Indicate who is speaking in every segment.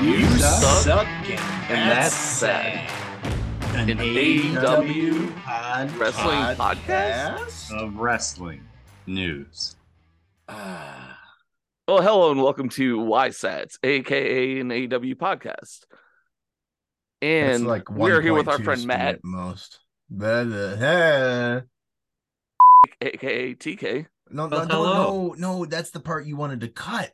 Speaker 1: You suck,
Speaker 2: and
Speaker 1: and that's sad.
Speaker 3: An
Speaker 1: An
Speaker 2: AEW
Speaker 1: AEW pod
Speaker 2: Wrestling podcast?
Speaker 3: of wrestling news.
Speaker 2: Ah,
Speaker 1: Well, hello and welcome to YSATS, aka an AEW podcast.
Speaker 4: That's
Speaker 1: And
Speaker 4: like
Speaker 1: we're here with our
Speaker 4: 1.2
Speaker 1: friend
Speaker 4: speed
Speaker 1: Matt,
Speaker 4: at most. But, uh, hey.
Speaker 1: aka TK.
Speaker 4: No, no,
Speaker 5: hello.
Speaker 4: no, no, no, that's the part you wanted to cut.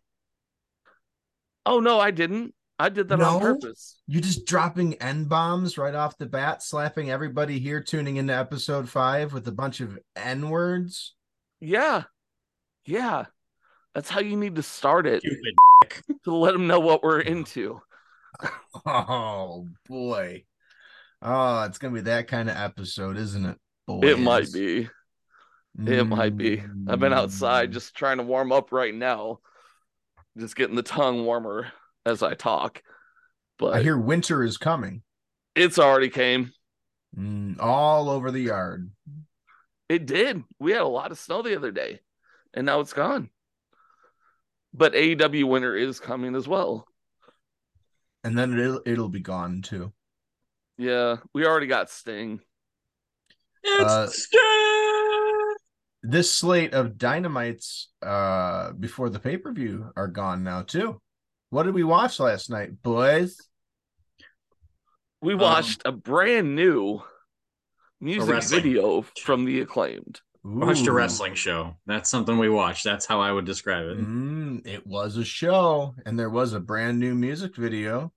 Speaker 1: Oh no, I didn't. I did that on
Speaker 4: No?
Speaker 1: purpose.
Speaker 4: You're just dropping N bombs right off the bat, slapping everybody here tuning into episode five with a bunch of N words.
Speaker 1: Yeah. Yeah. That's how you need to start it
Speaker 3: Cupid.
Speaker 1: to let them know what we're into.
Speaker 4: Oh boy. Oh, it's gonna be that kind of episode, isn't it?
Speaker 1: It might be. It might be. I've been
Speaker 4: Mm.
Speaker 1: outside just trying to warm up right now. Just getting the tongue warmer as I talk. But
Speaker 4: I hear winter is coming
Speaker 1: it's already came.
Speaker 4: Mm, all over the yard.
Speaker 1: It did. We had a lot of snow the other day, and now it's gone. But AEW winter is coming as well.
Speaker 4: And then it'll, it'll be gone too.
Speaker 1: Yeah, we already got Sting.
Speaker 5: It's
Speaker 4: Uh,
Speaker 5: Stan!
Speaker 4: this slate of dynamites uh before the pay-per-view are gone now too what did we watch last night boys
Speaker 1: We
Speaker 5: Uh-huh.
Speaker 1: watched a brand new music
Speaker 5: wrestling.
Speaker 1: video from the acclaimed.
Speaker 5: Watched a
Speaker 4: Ooh.
Speaker 5: wrestling show. That's something we watched. That's how I would describe it.
Speaker 4: Mm, it was a show and there was a brand new music video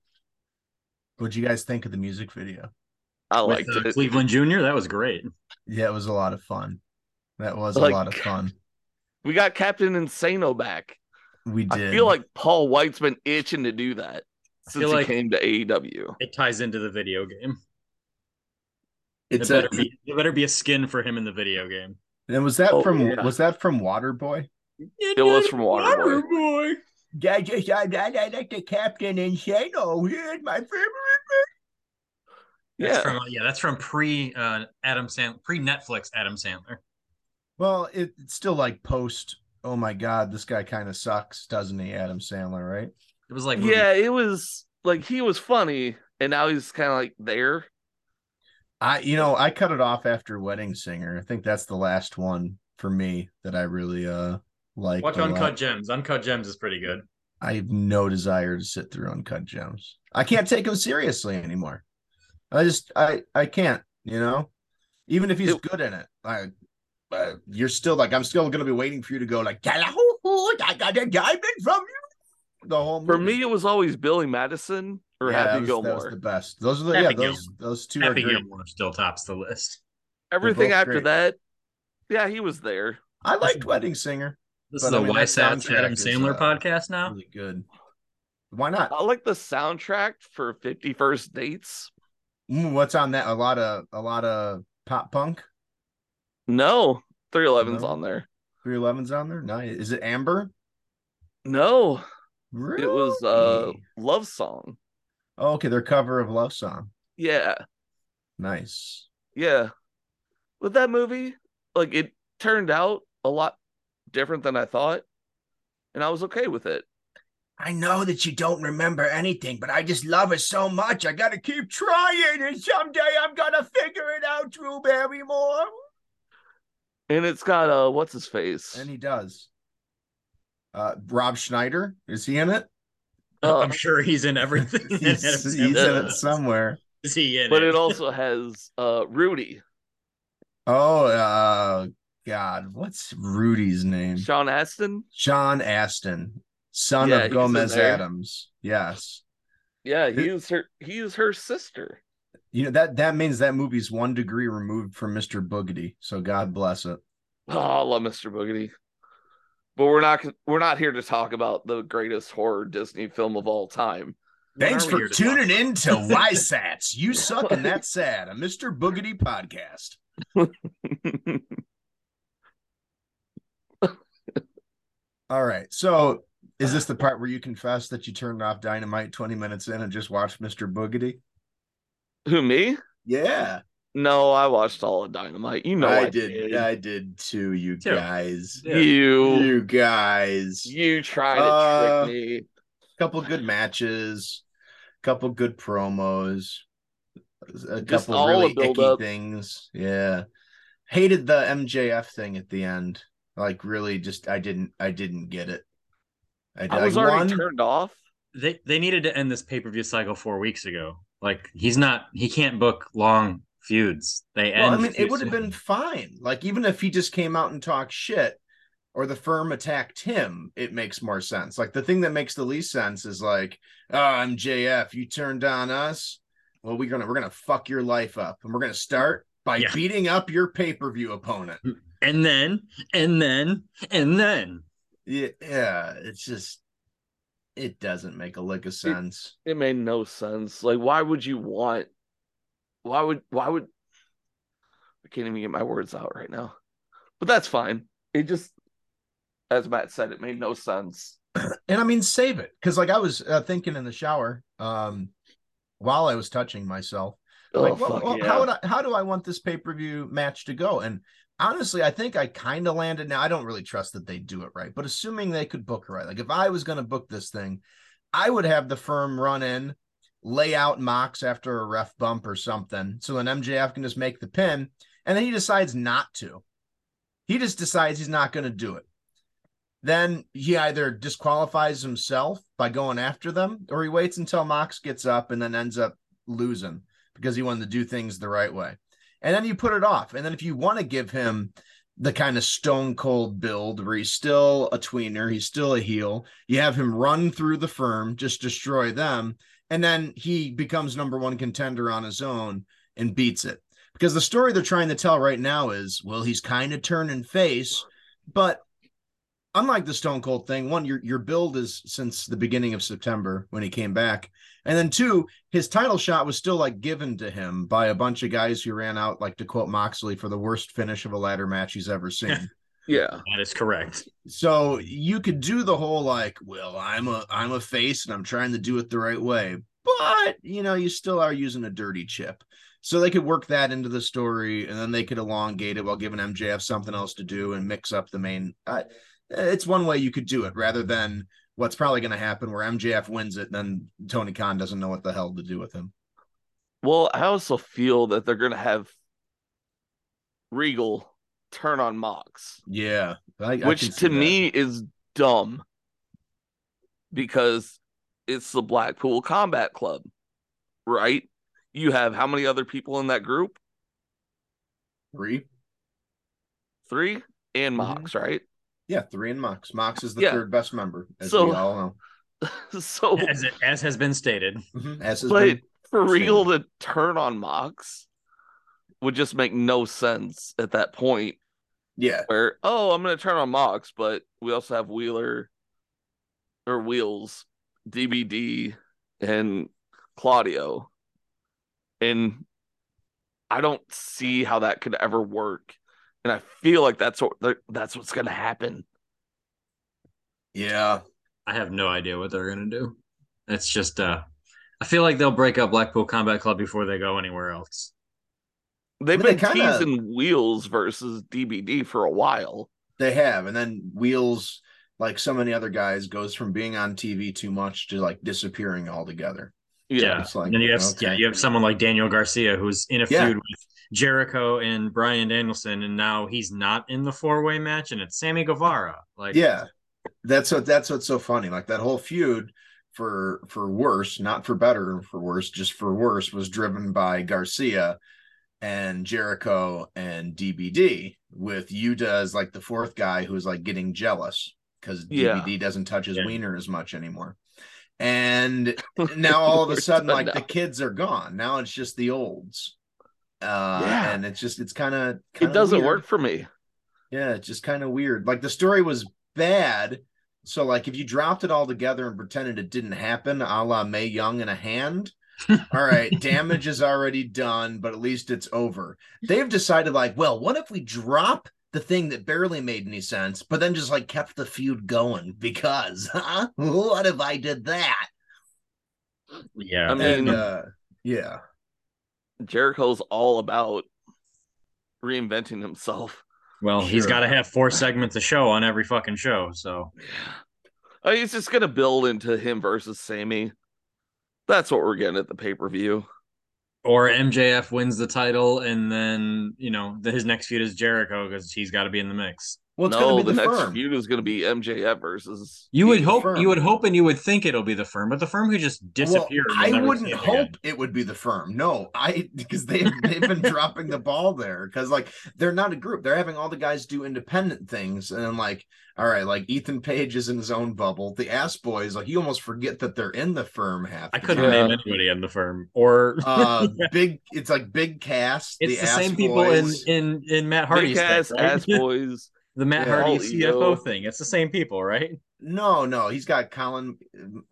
Speaker 4: what'd you guys think of the music video
Speaker 1: I
Speaker 5: With,
Speaker 1: liked
Speaker 5: uh,
Speaker 1: it.
Speaker 5: Cleveland Jr. That was great.
Speaker 4: yeah it was a lot of fun that was
Speaker 1: Like-
Speaker 4: a lot of fun
Speaker 1: We got Captain Insano back.
Speaker 4: we did
Speaker 1: I feel like Paul White's been itching to do that since
Speaker 5: feel
Speaker 1: he
Speaker 5: like-
Speaker 1: came to E AEW.
Speaker 5: It ties into the video game.
Speaker 2: it's
Speaker 5: it,
Speaker 2: a,
Speaker 5: better be, it better be a skin for him in the video game.
Speaker 4: and was that
Speaker 1: Oh,
Speaker 4: from
Speaker 1: yeah.
Speaker 4: was that from waterboy
Speaker 1: It was from Waterboy.
Speaker 5: Waterboy.
Speaker 4: yeah just i, I like the captain insano here's my favorite
Speaker 5: That's
Speaker 1: Yeah.
Speaker 5: from, uh, yeah, that's from pre uh, Adam Sand pre Netflix Adam Sandler.
Speaker 4: Well, it, it's still like post. Oh my God, this guy kind of sucks, doesn't he? Adam Sandler, right?
Speaker 5: It was like
Speaker 1: yeah, it was like he was funny, and now he's kind of like there.
Speaker 4: I, you know, I cut it off after Wedding Singer. I think that's the last one for me that I really uh like.
Speaker 5: watch
Speaker 4: a lot.
Speaker 5: Uncut Gems. Uncut Gems is pretty good.
Speaker 4: I have no desire to sit through Uncut Gems. I can't take him seriously anymore. I just, I, I can't. You know, even if he's
Speaker 1: It-
Speaker 4: good in it, I. Uh, you're still like I'm still gonna be waiting for you to go like "Tallahoo-hoo, I got a diamond from you. The whole
Speaker 1: For
Speaker 4: movie.
Speaker 1: me, it was always Billy Madison or
Speaker 4: yeah,
Speaker 1: Happy
Speaker 4: that was, that was
Speaker 1: Gilmore.
Speaker 4: the best. Those are the
Speaker 5: Happy
Speaker 4: yeah, those those two
Speaker 5: Happy
Speaker 4: are great.
Speaker 5: Gilmore still tops the list.
Speaker 1: Everything
Speaker 4: both
Speaker 1: after
Speaker 4: great.
Speaker 1: that, yeah, he was there.
Speaker 4: I liked Wedding Singer.
Speaker 5: This
Speaker 4: But
Speaker 5: is
Speaker 4: I
Speaker 5: a
Speaker 4: mean, that
Speaker 5: YSATS
Speaker 4: soundtrack
Speaker 5: Adam
Speaker 4: is,
Speaker 5: Sandler
Speaker 4: uh,
Speaker 5: podcast now.
Speaker 4: Really good. Why not?
Speaker 1: I like the soundtrack for Fifty First Dates.
Speaker 4: Mm, what's on that? A lot of a lot of pop punk.
Speaker 1: No, 311's
Speaker 4: No.
Speaker 1: on there.
Speaker 4: Three Elevens on there. No, is it Amber?
Speaker 1: No,
Speaker 4: Really?
Speaker 1: it was uh Love Song.
Speaker 4: oh, okay, their cover of Love Song.
Speaker 1: Yeah,
Speaker 4: Nice.
Speaker 1: yeah. With that movie, like it turned out a lot different than I thought, and I was okay with it.
Speaker 4: I know that you don't remember anything, but I just love it so much. I gotta keep trying, and someday I'm gonna figure it out, Drew Barrymore.
Speaker 1: And it's got uh, what's his face?
Speaker 4: And he does. Uh, Rob Schneider is he in it?
Speaker 1: Uh,
Speaker 4: Oh.
Speaker 5: I'm sure he's in everything. that
Speaker 4: he's,
Speaker 5: Adam
Speaker 4: he's in
Speaker 5: Sandler
Speaker 4: it
Speaker 5: does.
Speaker 4: somewhere.
Speaker 5: Is he in
Speaker 1: but
Speaker 5: it?
Speaker 1: it also has uh Rudy,
Speaker 4: Oh, uh, God, what's Rudy's name?
Speaker 1: Sean Astin.
Speaker 4: Sean Aston, son
Speaker 1: Yeah, he's
Speaker 4: of
Speaker 1: in
Speaker 4: Gomez
Speaker 1: there.
Speaker 4: Adams. Yes,
Speaker 1: Yeah, he is her. He is her sister.
Speaker 4: you know that that means that movie's one degree removed from Mister Boogedy. So God bless it.
Speaker 1: Oh, I love Mr. Boogedy. But we're not we're not here to talk about the greatest horror Disney film of all time.
Speaker 5: What
Speaker 4: Thanks
Speaker 5: are we
Speaker 4: for
Speaker 5: here to talk
Speaker 4: tuning
Speaker 5: about?
Speaker 4: in to YSATS. You suck and that's sad. A Mister Boogedy podcast. All right, so. Is this the part where you confess that you turned off dynamite 20 minutes in and just watched Mr. Boogedy?
Speaker 1: Who me?
Speaker 4: Yeah.
Speaker 1: No, I watched all of Dynamite. You know I,
Speaker 4: I did. I did too, you
Speaker 5: Too.
Speaker 4: guys.
Speaker 5: Yeah.
Speaker 1: You
Speaker 4: You guys.
Speaker 1: you try to
Speaker 4: Uh,
Speaker 1: trick me.
Speaker 4: couple good matches. couple good promos, a
Speaker 1: Just
Speaker 4: couple
Speaker 1: all
Speaker 4: really
Speaker 1: a
Speaker 4: icky
Speaker 1: build-up.
Speaker 4: things. Yeah, hated the MJF thing at the end. Like, really, just I didn't, I didn't get it. I,
Speaker 1: I was
Speaker 4: I
Speaker 1: already
Speaker 4: won.
Speaker 1: turned off.
Speaker 5: They they needed to end this pay per view cycle four weeks ago. Like he's not he can't book long feuds. They
Speaker 4: Well,
Speaker 5: end.
Speaker 4: I mean, it
Speaker 5: feuds-
Speaker 4: would have been fine. Like, even if he just came out and talked shit or the firm attacked him, it makes more sense. Like, the thing that makes the least sense is like, oh, I'm JF. You turned on us. Well, we're gonna we're gonna fuck your life up, and we're gonna start by
Speaker 5: Yeah.
Speaker 4: beating up your pay per view opponent.
Speaker 5: and then and then and then.
Speaker 4: Yeah, yeah, it's just it doesn't make a lick of sense.
Speaker 1: It made no sense. Like, why would you want? Why would? Why would? I can't even get my words out right now, but that's fine. It just, as Matt said, it made no sense.
Speaker 4: And I mean, save it because, like, I was uh, thinking in the shower um while I was touching myself.
Speaker 1: Oh
Speaker 4: like, well,
Speaker 1: fuck
Speaker 4: well,
Speaker 1: yeah!
Speaker 4: how would I, how do I want this pay per view match to go? And honestly, I think I kind of landed. Now I don't really trust that they do it right, but assuming they could book it right, like if I was going to book this thing, I would have the firm run in, lay out Mox after a ref bump or something, so then MJF can just make the pin, and then he decides not to. He just decides he's not going to do it. Then he either disqualifies himself by going after them, or he waits until Mox gets up and then ends up losing because he wanted to do things the right way. And then you put it off. And then if you want to give him the kind of stone cold build where he's still a tweener, he's still a heel, you have him run through the firm, just destroy them. And then he becomes number one contender on his own and beats it. Because the story they're trying to tell right now is well, he's kind of turning face, but unlike the Stone Cold thing, one, your, your build is since the beginning of September when he came back. And then two, his title shot was still like given to him by a bunch of guys who ran out, like to quote Moxley, for the worst finish of a ladder match he's ever seen.
Speaker 1: yeah,
Speaker 5: That is correct.
Speaker 4: so you could do the whole like, well, I'm a I'm a face and I'm trying to do it the right way, but you know, you still are using a dirty chip. So they could work that into the story, and then they could elongate it while giving MJF something else to do and mix up the main. I it's one way you could do it rather than what's probably going to happen, where MJF wins it, then Tony Khan doesn't know what the hell to do with him.
Speaker 1: Well, I also feel that they're gonna have Regal turn on Mox,
Speaker 4: Yeah, I, I can
Speaker 1: which
Speaker 4: see
Speaker 1: to
Speaker 4: that.
Speaker 1: me is dumb because it's the Blackpool Combat Club, right? You have how many other people in that group?
Speaker 4: three,
Speaker 1: Three
Speaker 4: Mm-hmm.
Speaker 1: and Mox, right?
Speaker 4: yeah, three and Mox. Mox is the
Speaker 1: Yeah.
Speaker 4: third best member, as
Speaker 1: So-
Speaker 4: we all
Speaker 1: so,
Speaker 5: As it, as has been stated.
Speaker 4: know. Mm-hmm. As has
Speaker 1: but
Speaker 4: been-
Speaker 1: for Regal to turn on Mox would just make no sense at that point.
Speaker 4: yeah,
Speaker 1: where oh I'm gonna turn on Mox, but we also have Wheeler or Wheels, DBD, and Claudio, and I don't see how that could ever work, and I feel like that's what that's what's gonna happen.
Speaker 4: yeah.
Speaker 5: I have no idea what they're gonna do. It's just uh I feel like they'll break up Blackpool Combat Club before they go anywhere else.
Speaker 1: They've
Speaker 4: They
Speaker 1: been
Speaker 4: kinda-
Speaker 1: teasing Wheels versus DBD for a while.
Speaker 4: They have, and then Wheels, like so many other guys, goes from being on TV too much to like disappearing altogether.
Speaker 5: Yeah.
Speaker 4: It's like,
Speaker 5: and then you have
Speaker 4: okay.
Speaker 5: yeah, you have someone like Daniel Garcia who's in a
Speaker 4: Yeah.
Speaker 5: feud with Jericho and Brian Danielson, and now he's not in the four way match, and it's Sammy Guevara. Like
Speaker 4: yeah that's what that's what's so funny like that whole feud for for worse not for better for worse just for worse was driven by garcia and jericho and dbd with yuta as like the fourth guy who's like getting jealous because
Speaker 1: Yeah.
Speaker 4: dbd doesn't touch his
Speaker 5: Yeah.
Speaker 4: wiener as much anymore and now all of a
Speaker 1: We're
Speaker 4: sudden
Speaker 1: done
Speaker 4: like the
Speaker 1: now.
Speaker 4: kids are gone now it's just the olds uh
Speaker 1: Yeah.
Speaker 4: and it's just it's kind of
Speaker 1: It doesn't work for me.
Speaker 4: yeah, it's just kind of weird. Like the story was bad. So like if you dropped it all together and pretended it didn't happen, a la May Young in a hand. all right, damage is already done, but at least it's over. They've decided, like, well, what if we drop the thing that barely made any sense, but then just like kept the feud going? Because huh? what if I did that?
Speaker 5: yeah.
Speaker 1: I mean-
Speaker 4: And uh yeah.
Speaker 1: Jericho's all about reinventing himself.
Speaker 5: well, he's
Speaker 4: sure.
Speaker 5: gotta have four segments a show on every fucking show. So
Speaker 1: Oh, I mean, it's just gonna build into him versus Sammy, That's what we're getting at the pay per view.
Speaker 5: Or MJF wins the title, and then you know the, his next feud is Jericho because he's got to be in the mix.
Speaker 4: Well, it's
Speaker 1: no,
Speaker 4: going to
Speaker 1: the,
Speaker 4: be the,
Speaker 1: next
Speaker 4: firm.
Speaker 1: feud is going to be MJF versus.
Speaker 5: You would
Speaker 1: Heath.
Speaker 5: hope,
Speaker 4: firm.
Speaker 5: you would hope, and you would think it'll be the firm, but the firm could just disappear. and we'll
Speaker 4: Well, I
Speaker 5: never see
Speaker 4: wouldn't
Speaker 5: it
Speaker 4: hope
Speaker 5: again.
Speaker 4: it would be the firm. No, I because they they've been dropping the ball there because like they're not a group. They're having all the guys do independent things, and I'm like, all right, like Ethan Page is in his own bubble. The Ass Boys, like you almost forget that they're in the firm half.
Speaker 5: I
Speaker 4: the
Speaker 5: couldn't
Speaker 4: time.
Speaker 1: Yeah.
Speaker 5: name anybody in the firm, or
Speaker 4: Uh, big. It's like big cast.
Speaker 5: it's the,
Speaker 4: Ass
Speaker 5: same people in
Speaker 4: Boys.
Speaker 5: in in Matt Hardy's
Speaker 1: Big ass
Speaker 5: thing, right?
Speaker 1: ass boys.
Speaker 5: the Matt
Speaker 4: Yeah.
Speaker 5: Hardy
Speaker 1: All
Speaker 5: CFO
Speaker 1: ego.
Speaker 5: thing. It's the same people, right?
Speaker 4: No, no, he's got Colin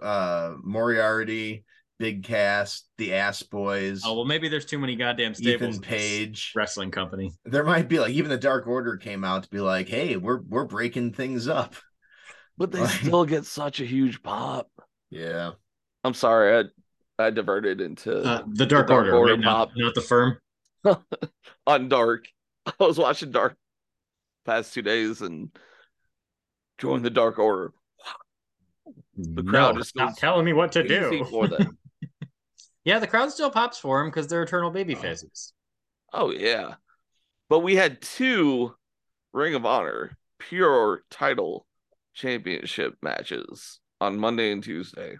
Speaker 4: uh Moriarty, Big Cast, the Ass Boys,
Speaker 5: Oh well, maybe there's too many goddamn stables.
Speaker 4: Ethan
Speaker 5: in this
Speaker 4: Page.
Speaker 5: wrestling company.
Speaker 4: There might be like even the Dark Order came out to be like, hey, we're we're breaking things up.
Speaker 1: But they
Speaker 4: Like-
Speaker 1: still get such a huge pop.
Speaker 4: Yeah.
Speaker 1: I'm sorry, I I diverted into
Speaker 5: Uh, the Dark,
Speaker 1: Dark
Speaker 5: Order,
Speaker 1: Order
Speaker 5: right? not,
Speaker 1: pop.
Speaker 5: not the firm.
Speaker 1: on Dark. I was watching Dark past two days and joined the Dark Order.
Speaker 5: The
Speaker 1: crowd
Speaker 5: no,
Speaker 1: just
Speaker 5: stop
Speaker 1: goes
Speaker 5: telling me what to
Speaker 1: Easy
Speaker 5: do.
Speaker 1: for them.
Speaker 5: Yeah, the crowd still pops for him because they're eternal baby faces.
Speaker 1: Oh yeah. But we had two Ring of Honor pure title championship matches on Monday and Tuesday.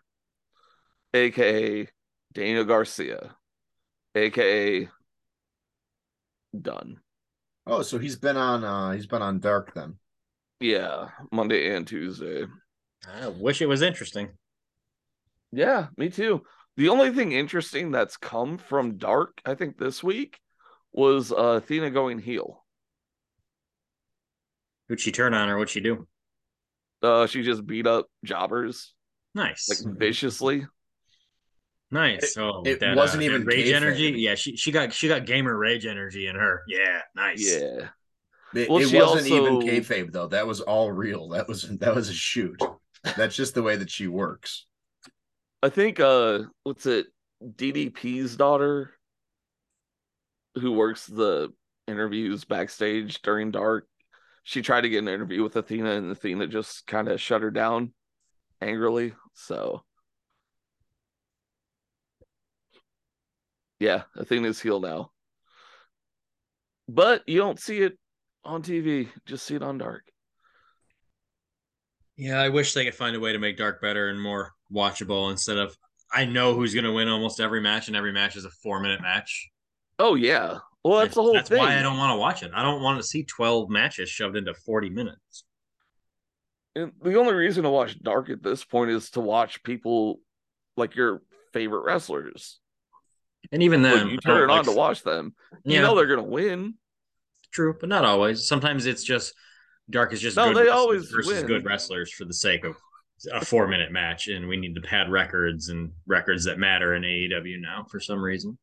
Speaker 1: AKA Daniel Garcia. AKA Done.
Speaker 4: Oh, so he's been on uh he's been on Dark then.
Speaker 1: Yeah, Monday and Tuesday.
Speaker 5: I wish it was interesting.
Speaker 1: Yeah, me too. The only thing interesting that's come from Dark, I think this week, was uh, Athena going heel.
Speaker 5: Who'd she turn on or what'd she do?
Speaker 1: Uh, she just beat up jobbers
Speaker 5: Nice.
Speaker 1: like viciously.
Speaker 5: nice. Oh,
Speaker 4: it
Speaker 5: that,
Speaker 4: wasn't
Speaker 5: that
Speaker 4: even
Speaker 5: rage
Speaker 4: kayfabe.
Speaker 5: energy. Yeah, she, she got she got gamer rage energy in her. Yeah, nice.
Speaker 1: Yeah.
Speaker 4: It,
Speaker 1: Well,
Speaker 4: it
Speaker 1: she
Speaker 4: wasn't even
Speaker 1: also-
Speaker 4: kayfabe though. That was all real. That was that was a shoot. That's just the way that she works.
Speaker 1: I think uh what's it DDP's daughter who works the interviews backstage during dark. She tried to get an interview with Athena and Athena just kind of shut her down angrily. So Yeah, Athena's heel now. But you don't see it on TV, just see it on dark.
Speaker 5: Yeah, I wish they could find a way to make Dark better and more watchable instead of I know who's going to win almost every match, and every match is a four minute match.
Speaker 1: Oh yeah. Well, that's the whole
Speaker 5: That's
Speaker 1: thing.
Speaker 5: why I don't want to watch it. I don't want to see twelve matches shoved into forty minutes.
Speaker 1: And the only reason to watch Dark at this point is to watch people like your favorite wrestlers.
Speaker 5: And even
Speaker 1: Like,
Speaker 5: then,
Speaker 1: you
Speaker 5: I don't
Speaker 1: turn it on
Speaker 5: like-
Speaker 1: to watch them.
Speaker 5: Yeah,
Speaker 1: You know they're gonna win.
Speaker 5: true, but not always. Sometimes it's just Dark is just
Speaker 1: No,
Speaker 5: good
Speaker 1: they
Speaker 5: wrestlers
Speaker 1: always
Speaker 5: versus
Speaker 1: win.
Speaker 5: good wrestlers for the sake of a four minute match, and we need to pad records and records that matter in AEW now for some reason.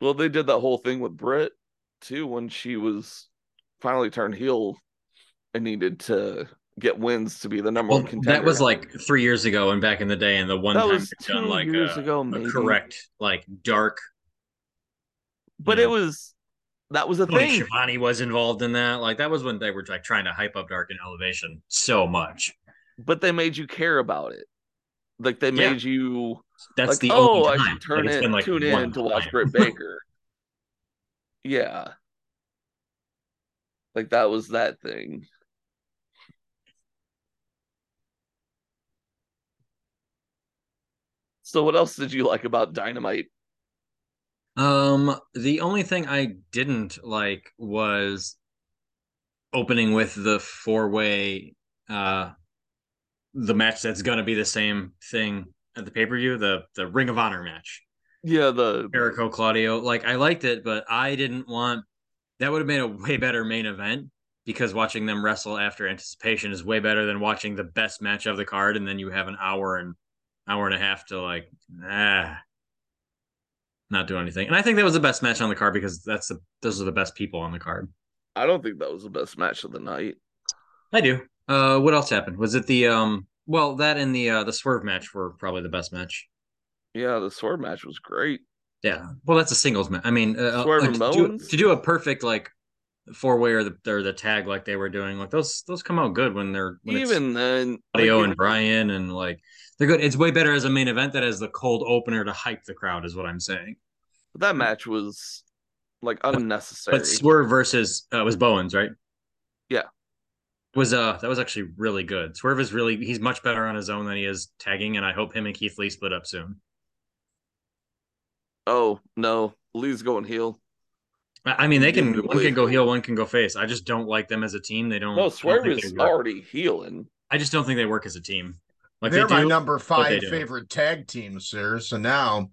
Speaker 1: Well, they did that whole thing with Britt too when she was finally turned heel and needed to get wins to be the number
Speaker 5: Well,
Speaker 1: one contender.
Speaker 5: that was like three years ago, and back in the day, and the one
Speaker 1: that
Speaker 5: time
Speaker 1: was
Speaker 5: they've
Speaker 1: two
Speaker 5: done like
Speaker 1: years
Speaker 5: a,
Speaker 1: ago,
Speaker 5: a
Speaker 1: maybe.
Speaker 5: correct like dark
Speaker 1: But
Speaker 5: yeah.
Speaker 1: it was that was a
Speaker 5: Tony
Speaker 1: thing.
Speaker 5: Schiavone was involved in that. Like that was when they were like trying to hype up Dark and Elevation so much.
Speaker 1: But they made you care about it. Like they
Speaker 5: Yeah.
Speaker 1: made you
Speaker 5: That's
Speaker 1: like,
Speaker 5: the
Speaker 1: oh,
Speaker 5: only
Speaker 1: I
Speaker 5: time.
Speaker 1: should turn
Speaker 5: Like, it's
Speaker 1: in,
Speaker 5: been, like,
Speaker 1: tune
Speaker 5: one
Speaker 1: in to watch
Speaker 5: time.
Speaker 1: Britt Baker. yeah, like that was that thing. So, what else did you like about Dynamite?
Speaker 5: Um, the only thing I didn't like was opening with the four way, uh, the match that's gonna be the same thing at the pay per view, the the Ring of Honor match.
Speaker 1: Yeah, the
Speaker 5: Jericho Claudio. Like I liked it, but I didn't want that would have made a way better main event because watching them wrestle after anticipation is way better than watching the best match of the card and then you have an hour and hour and a half to like ah not do anything. And I think that was the best match on the card because that's the those are the best people on the card.
Speaker 1: I don't think that was the best match of the night.
Speaker 5: I do. Uh what else happened? Was it the um well that and the uh the swerve match were probably the best match.
Speaker 1: Yeah, the sword match was great.
Speaker 5: Yeah. Well, that's a singles match. I mean, uh,
Speaker 1: Swerve
Speaker 5: like,
Speaker 1: and
Speaker 5: to, do,
Speaker 1: Bowens?
Speaker 5: to do a perfect like four way or the or the tag like they were doing. Like those those come out good when they're when it's
Speaker 1: Even then,
Speaker 5: audio
Speaker 1: like,
Speaker 5: and Brian and like they're good. It's way better as a main event than as the cold opener to hype the crowd is what I'm saying.
Speaker 1: that match was like unnecessary.
Speaker 5: But Swerve versus uh, it was Bowens, right?
Speaker 1: Yeah.
Speaker 5: Was uh that was actually really good. Swerve is really he's much better on his own than he is tagging, and I hope him and Keith Lee split up soon.
Speaker 1: oh no, Lee's going heel.
Speaker 5: I I mean, they can
Speaker 1: Indubitably.
Speaker 5: one can go heel, one can go face. I just don't like them as a team. They don't. I
Speaker 1: No,
Speaker 5: don't
Speaker 1: Swerve
Speaker 5: think they
Speaker 1: is
Speaker 5: work.
Speaker 1: already healing.
Speaker 5: I just don't think they work as a team. Like
Speaker 4: They're
Speaker 5: they
Speaker 4: my
Speaker 5: do.
Speaker 4: number
Speaker 5: they
Speaker 4: five
Speaker 5: do.
Speaker 4: favorite tag teams, sir. So now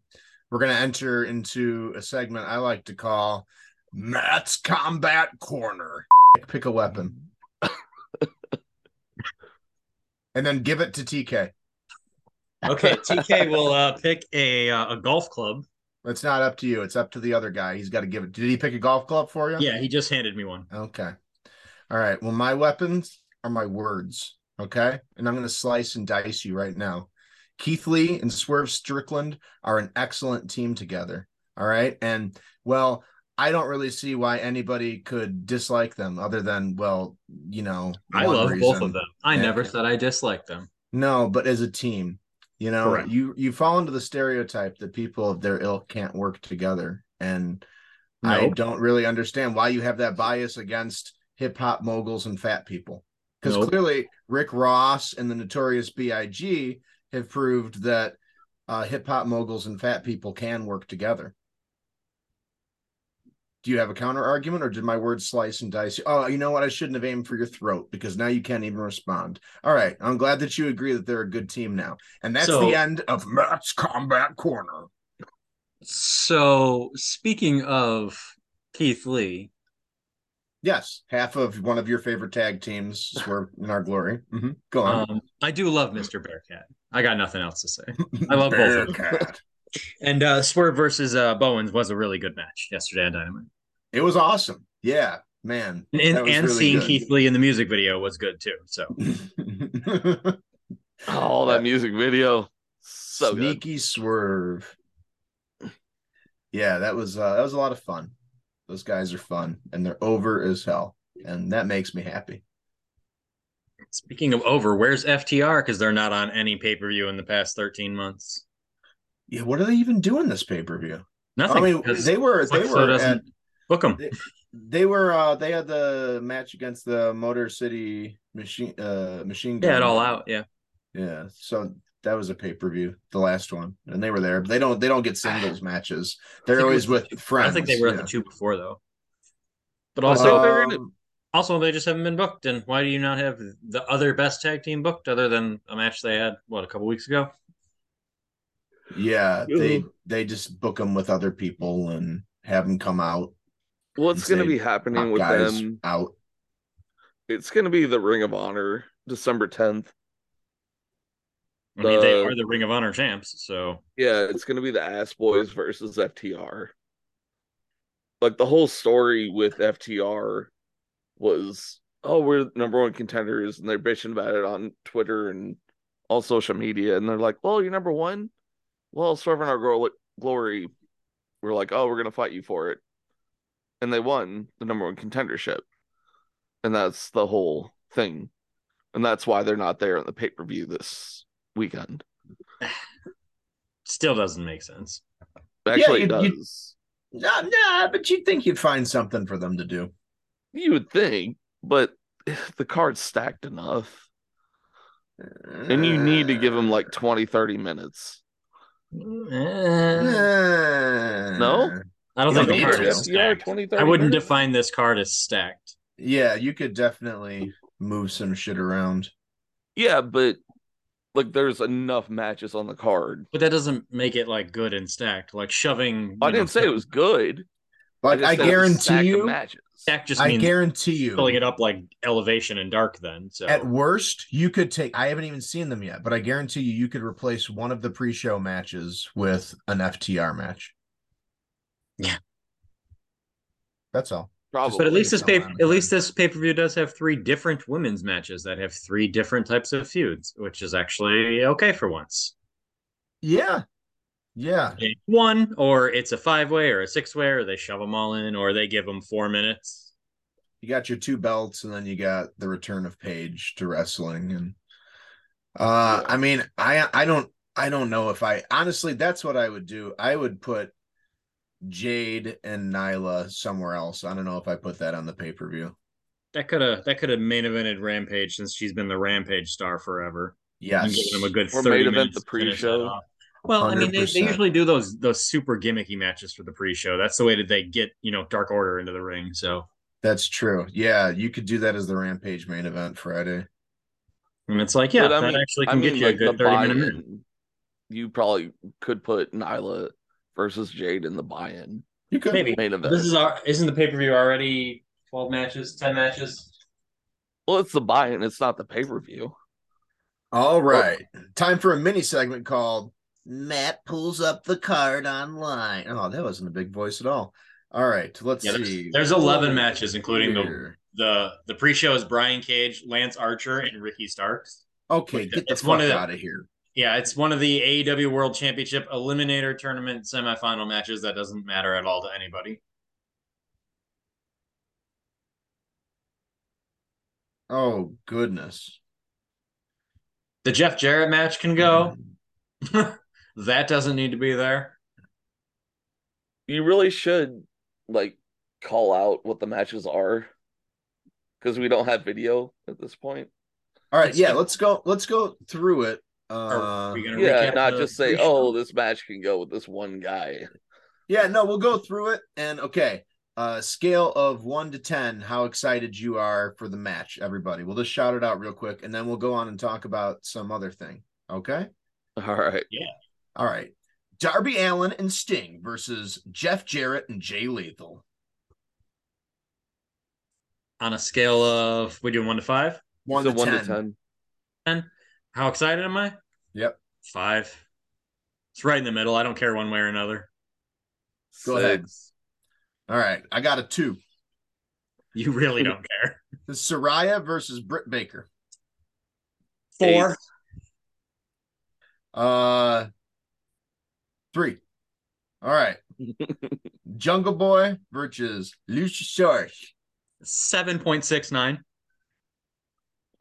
Speaker 4: we're going to enter into a segment I like to call Matt's Combat Corner. Pick a weapon. and then give it to TK.
Speaker 5: okay, TK will uh, pick a uh, a golf club.
Speaker 4: It's not up to you. It's up to the other guy. He's got to give it. Did he pick a golf club for you?
Speaker 5: Yeah, he just handed me one.
Speaker 4: Okay. All right. Well, my weapons are my words. Okay. And I'm going to slice and dice you right now. Keith Lee and Swerve Strickland are an excellent team together. All right. And well, I don't really see why anybody could dislike them other than, well, you know,
Speaker 5: I
Speaker 4: one
Speaker 5: love both
Speaker 4: reason.
Speaker 5: of them. I
Speaker 4: Yeah.
Speaker 5: never said I disliked them.
Speaker 4: No, but as a team, you know,
Speaker 5: Correct.
Speaker 4: you you fall into the stereotype that people of their ilk can't work together, and I
Speaker 5: No.
Speaker 4: don't really understand why you have that bias against hip hop moguls and fat people. Because
Speaker 5: Nope.
Speaker 4: clearly, Rick Ross and the Notorious B.I.G. have proved that uh, hip hop moguls and fat people can work together. Do you have a counter argument, or did my words slice and dice you? Oh, you know what? I shouldn't have aimed for your throat because now you can't even respond. All right, I'm glad that you agree that they're a good team now, and that's
Speaker 5: So-
Speaker 4: the end of Matt's Combat Corner.
Speaker 5: So speaking of Keith Lee,
Speaker 4: Yes, half of one of your favorite tag teams Swerve in our glory. Mhm. Go on.
Speaker 5: um, I do love Mr. Bearcat. I got nothing else to say. I love both of them.
Speaker 4: Bearcat.
Speaker 5: And uh, Swerve versus uh, Bowens was a really good match yesterday on Dynamite.
Speaker 4: It was awesome. Yeah, man.
Speaker 5: And, and,
Speaker 4: That was really
Speaker 5: seeing
Speaker 4: good.
Speaker 5: Keith Lee in the music video was good too. So
Speaker 1: Oh, that music video, so good.
Speaker 4: Sneaky swerve. Yeah, that was uh, that was a lot of fun. Those guys are fun, and they're over as hell, and that makes me happy.
Speaker 5: speaking of over, where's FTR? Because they're not on any pay per view in the past thirteen months.
Speaker 4: Yeah, what are they even doing this pay per view?
Speaker 5: Nothing.
Speaker 4: I mean,
Speaker 5: 'cause
Speaker 4: they were they
Speaker 5: Flexo
Speaker 4: were
Speaker 5: doesn't
Speaker 4: at,
Speaker 5: book 'em.
Speaker 4: they- they were uh they had the match against the Motor City machine uh machine
Speaker 5: Yeah, it
Speaker 4: Gun-
Speaker 5: all out. Yeah.
Speaker 4: Yeah, so that was a pay per view, the last one, and they were there. But they don't they don't get singles matches.
Speaker 5: I
Speaker 4: They're
Speaker 5: think it
Speaker 4: always
Speaker 5: was
Speaker 4: with friends.
Speaker 5: I think they were at
Speaker 4: yeah.
Speaker 5: the two before though. But
Speaker 1: I
Speaker 5: also,
Speaker 1: think they're in it.
Speaker 4: Um,
Speaker 5: also they just haven't been booked. And why do you not have the other best tag team booked other than a match they had what a couple weeks ago?
Speaker 4: yeah, they they just book them with other people and have them come out,
Speaker 1: What's going to
Speaker 4: They
Speaker 1: be happening
Speaker 4: knock
Speaker 1: with
Speaker 4: guys
Speaker 1: them?
Speaker 4: out.
Speaker 1: It's going to be the Ring of Honor, December tenth.
Speaker 5: I mean, they
Speaker 1: Uh,
Speaker 5: are the Ring of Honor champs, so
Speaker 1: Yeah, it's going to be the Ass Boys versus FTR. Like the whole story with FTR was, oh, we're number one contenders, and they're bitching about it on Twitter and all social media, and they're like, well, you're number one. Well, serving our glo- glory, we're like, oh, we're gonna fight you for it, and they won the number one contendership, and that's the whole thing, and that's why they're not there in the pay per view this weekend.
Speaker 5: still doesn't make sense.
Speaker 1: Actually,
Speaker 4: you-
Speaker 1: it
Speaker 4: you-
Speaker 1: does.
Speaker 4: Nah, nah, but you'd think you'd find something for them to do.
Speaker 1: You would think, but the card's stacked enough. And you need to give him like 20, 30 minutes.
Speaker 5: Eh,
Speaker 4: Nah.
Speaker 1: No?
Speaker 5: I don't
Speaker 4: You
Speaker 5: think
Speaker 4: don't
Speaker 5: the
Speaker 4: need
Speaker 5: card
Speaker 4: to.
Speaker 5: is
Speaker 1: FTR,
Speaker 5: stacked.
Speaker 1: 20, 30
Speaker 5: I wouldn't
Speaker 1: minutes?
Speaker 5: define this card as stacked.
Speaker 4: Yeah, you could definitely move some shit around.
Speaker 1: Yeah, but like there's enough matches on the card.
Speaker 5: But that doesn't make it like good and stacked. Like shoving.
Speaker 1: I
Speaker 5: you know,
Speaker 1: didn't say it was good.
Speaker 4: Like I,
Speaker 1: just said it was
Speaker 4: guarantee
Speaker 1: stacked of
Speaker 4: you,
Speaker 1: matches.
Speaker 5: stacked just
Speaker 4: I
Speaker 5: means
Speaker 4: guarantee you,
Speaker 5: filling it up like elevation and dark. Then so
Speaker 4: At worst, you could take. I haven't even seen them yet, but I guarantee you, you could replace one of the pre-show matches with an FTR match.
Speaker 5: Yeah.
Speaker 4: that's all.
Speaker 1: Probably.
Speaker 5: But at least this
Speaker 4: Probably
Speaker 5: pay
Speaker 4: somewhere
Speaker 5: at least this pay per view does have three different women's matches that have three different types of feuds, which is actually okay for once.
Speaker 4: Yeah, yeah,
Speaker 5: It's One or it's a five way or a six way, or they shove them all in, or they give them four minutes.
Speaker 4: you got your two belts, and then you got the return of Page to wrestling. And uh, I mean, I I don't I don't know if I honestly that's what I would do. I would put Jade and Nyla somewhere else. I don't know if I put that on the pay per view.
Speaker 5: That could have that could have main evented Rampage since she's been the Rampage star forever.
Speaker 4: Yes,
Speaker 5: You give them a good
Speaker 1: Or
Speaker 5: 30
Speaker 1: main event
Speaker 5: minutes
Speaker 1: the
Speaker 5: to finish
Speaker 1: pre-show.
Speaker 5: that off. Well, I mean, they, they
Speaker 4: 100%.
Speaker 5: usually do those those super gimmicky matches for the pre-show. That's the way that they get you know Dark Order into the ring. So
Speaker 4: that's true. Yeah, you could do that as the Rampage main event Friday.
Speaker 5: and it's like, yeah,
Speaker 1: But I
Speaker 5: that
Speaker 1: mean-
Speaker 5: actually
Speaker 1: I
Speaker 5: can
Speaker 1: mean,
Speaker 5: get you
Speaker 1: like
Speaker 5: a
Speaker 1: the
Speaker 5: good thirty minute.
Speaker 1: buy-in.
Speaker 5: match.
Speaker 1: You probably could put Nyla versus Jade in the buy-in
Speaker 4: You could
Speaker 5: Maybe
Speaker 1: main event.
Speaker 5: this is our isn't the pay per view already twelve matches, ten matches.
Speaker 1: well, it's the buy-in. It's not the pay-per-view.
Speaker 4: All right. Time for a mini segment called Matt Pulls Up the Card Online. Oh, that wasn't a big voice at all. All right. Let's
Speaker 5: Yeah,
Speaker 4: see.
Speaker 5: there's, there's eleven matches, including the
Speaker 4: Here.
Speaker 5: the the pre-show is Brian Cage, Lance Archer, and Ricky Starks.
Speaker 4: Okay, get the
Speaker 5: It's one
Speaker 4: fuck
Speaker 5: of the-
Speaker 4: out of here.
Speaker 5: Yeah, it's one of the AEW World Championship Eliminator Tournament semifinal matches that doesn't matter at all to anybody.
Speaker 4: Oh, goodness.
Speaker 5: The Jeff Jarrett match can go. that doesn't need to be there.
Speaker 1: You really should like call out what the matches are because we don't have video at this point.
Speaker 4: All right.
Speaker 5: Let's
Speaker 4: Yeah,
Speaker 5: go.
Speaker 4: let's go. Let's go through it.
Speaker 5: Are
Speaker 4: Uh,
Speaker 5: we gonna
Speaker 1: Yeah,
Speaker 5: recap
Speaker 1: not
Speaker 5: the
Speaker 1: just say,
Speaker 5: pre-show?
Speaker 1: "Oh, this match can go with this one guy."
Speaker 4: yeah, no, we'll go through it. And okay, uh, scale of one to 10, how excited you are for the match, everybody. We'll just shout it out real quick and then we'll go on and talk about some other thing. Okay.
Speaker 1: All right,
Speaker 4: All right. Darby Allen and Sting versus Jeff Jarrett and Jay Lethal.
Speaker 5: on a scale of we do one to five.
Speaker 4: One,
Speaker 1: so
Speaker 4: to,
Speaker 1: one
Speaker 4: 10.
Speaker 1: to ten.
Speaker 5: How excited am I?
Speaker 4: Yep.
Speaker 5: Five. It's right in the middle. I don't care one way or another.
Speaker 4: Go ahead.
Speaker 1: Six.
Speaker 4: All right. I got a two.
Speaker 5: You really don't care.
Speaker 4: Soraya versus Britt Baker.
Speaker 5: Four.
Speaker 1: Eight.
Speaker 4: Uh three. All right. Jungle Boy versus Luchasaurus.
Speaker 5: 7.69.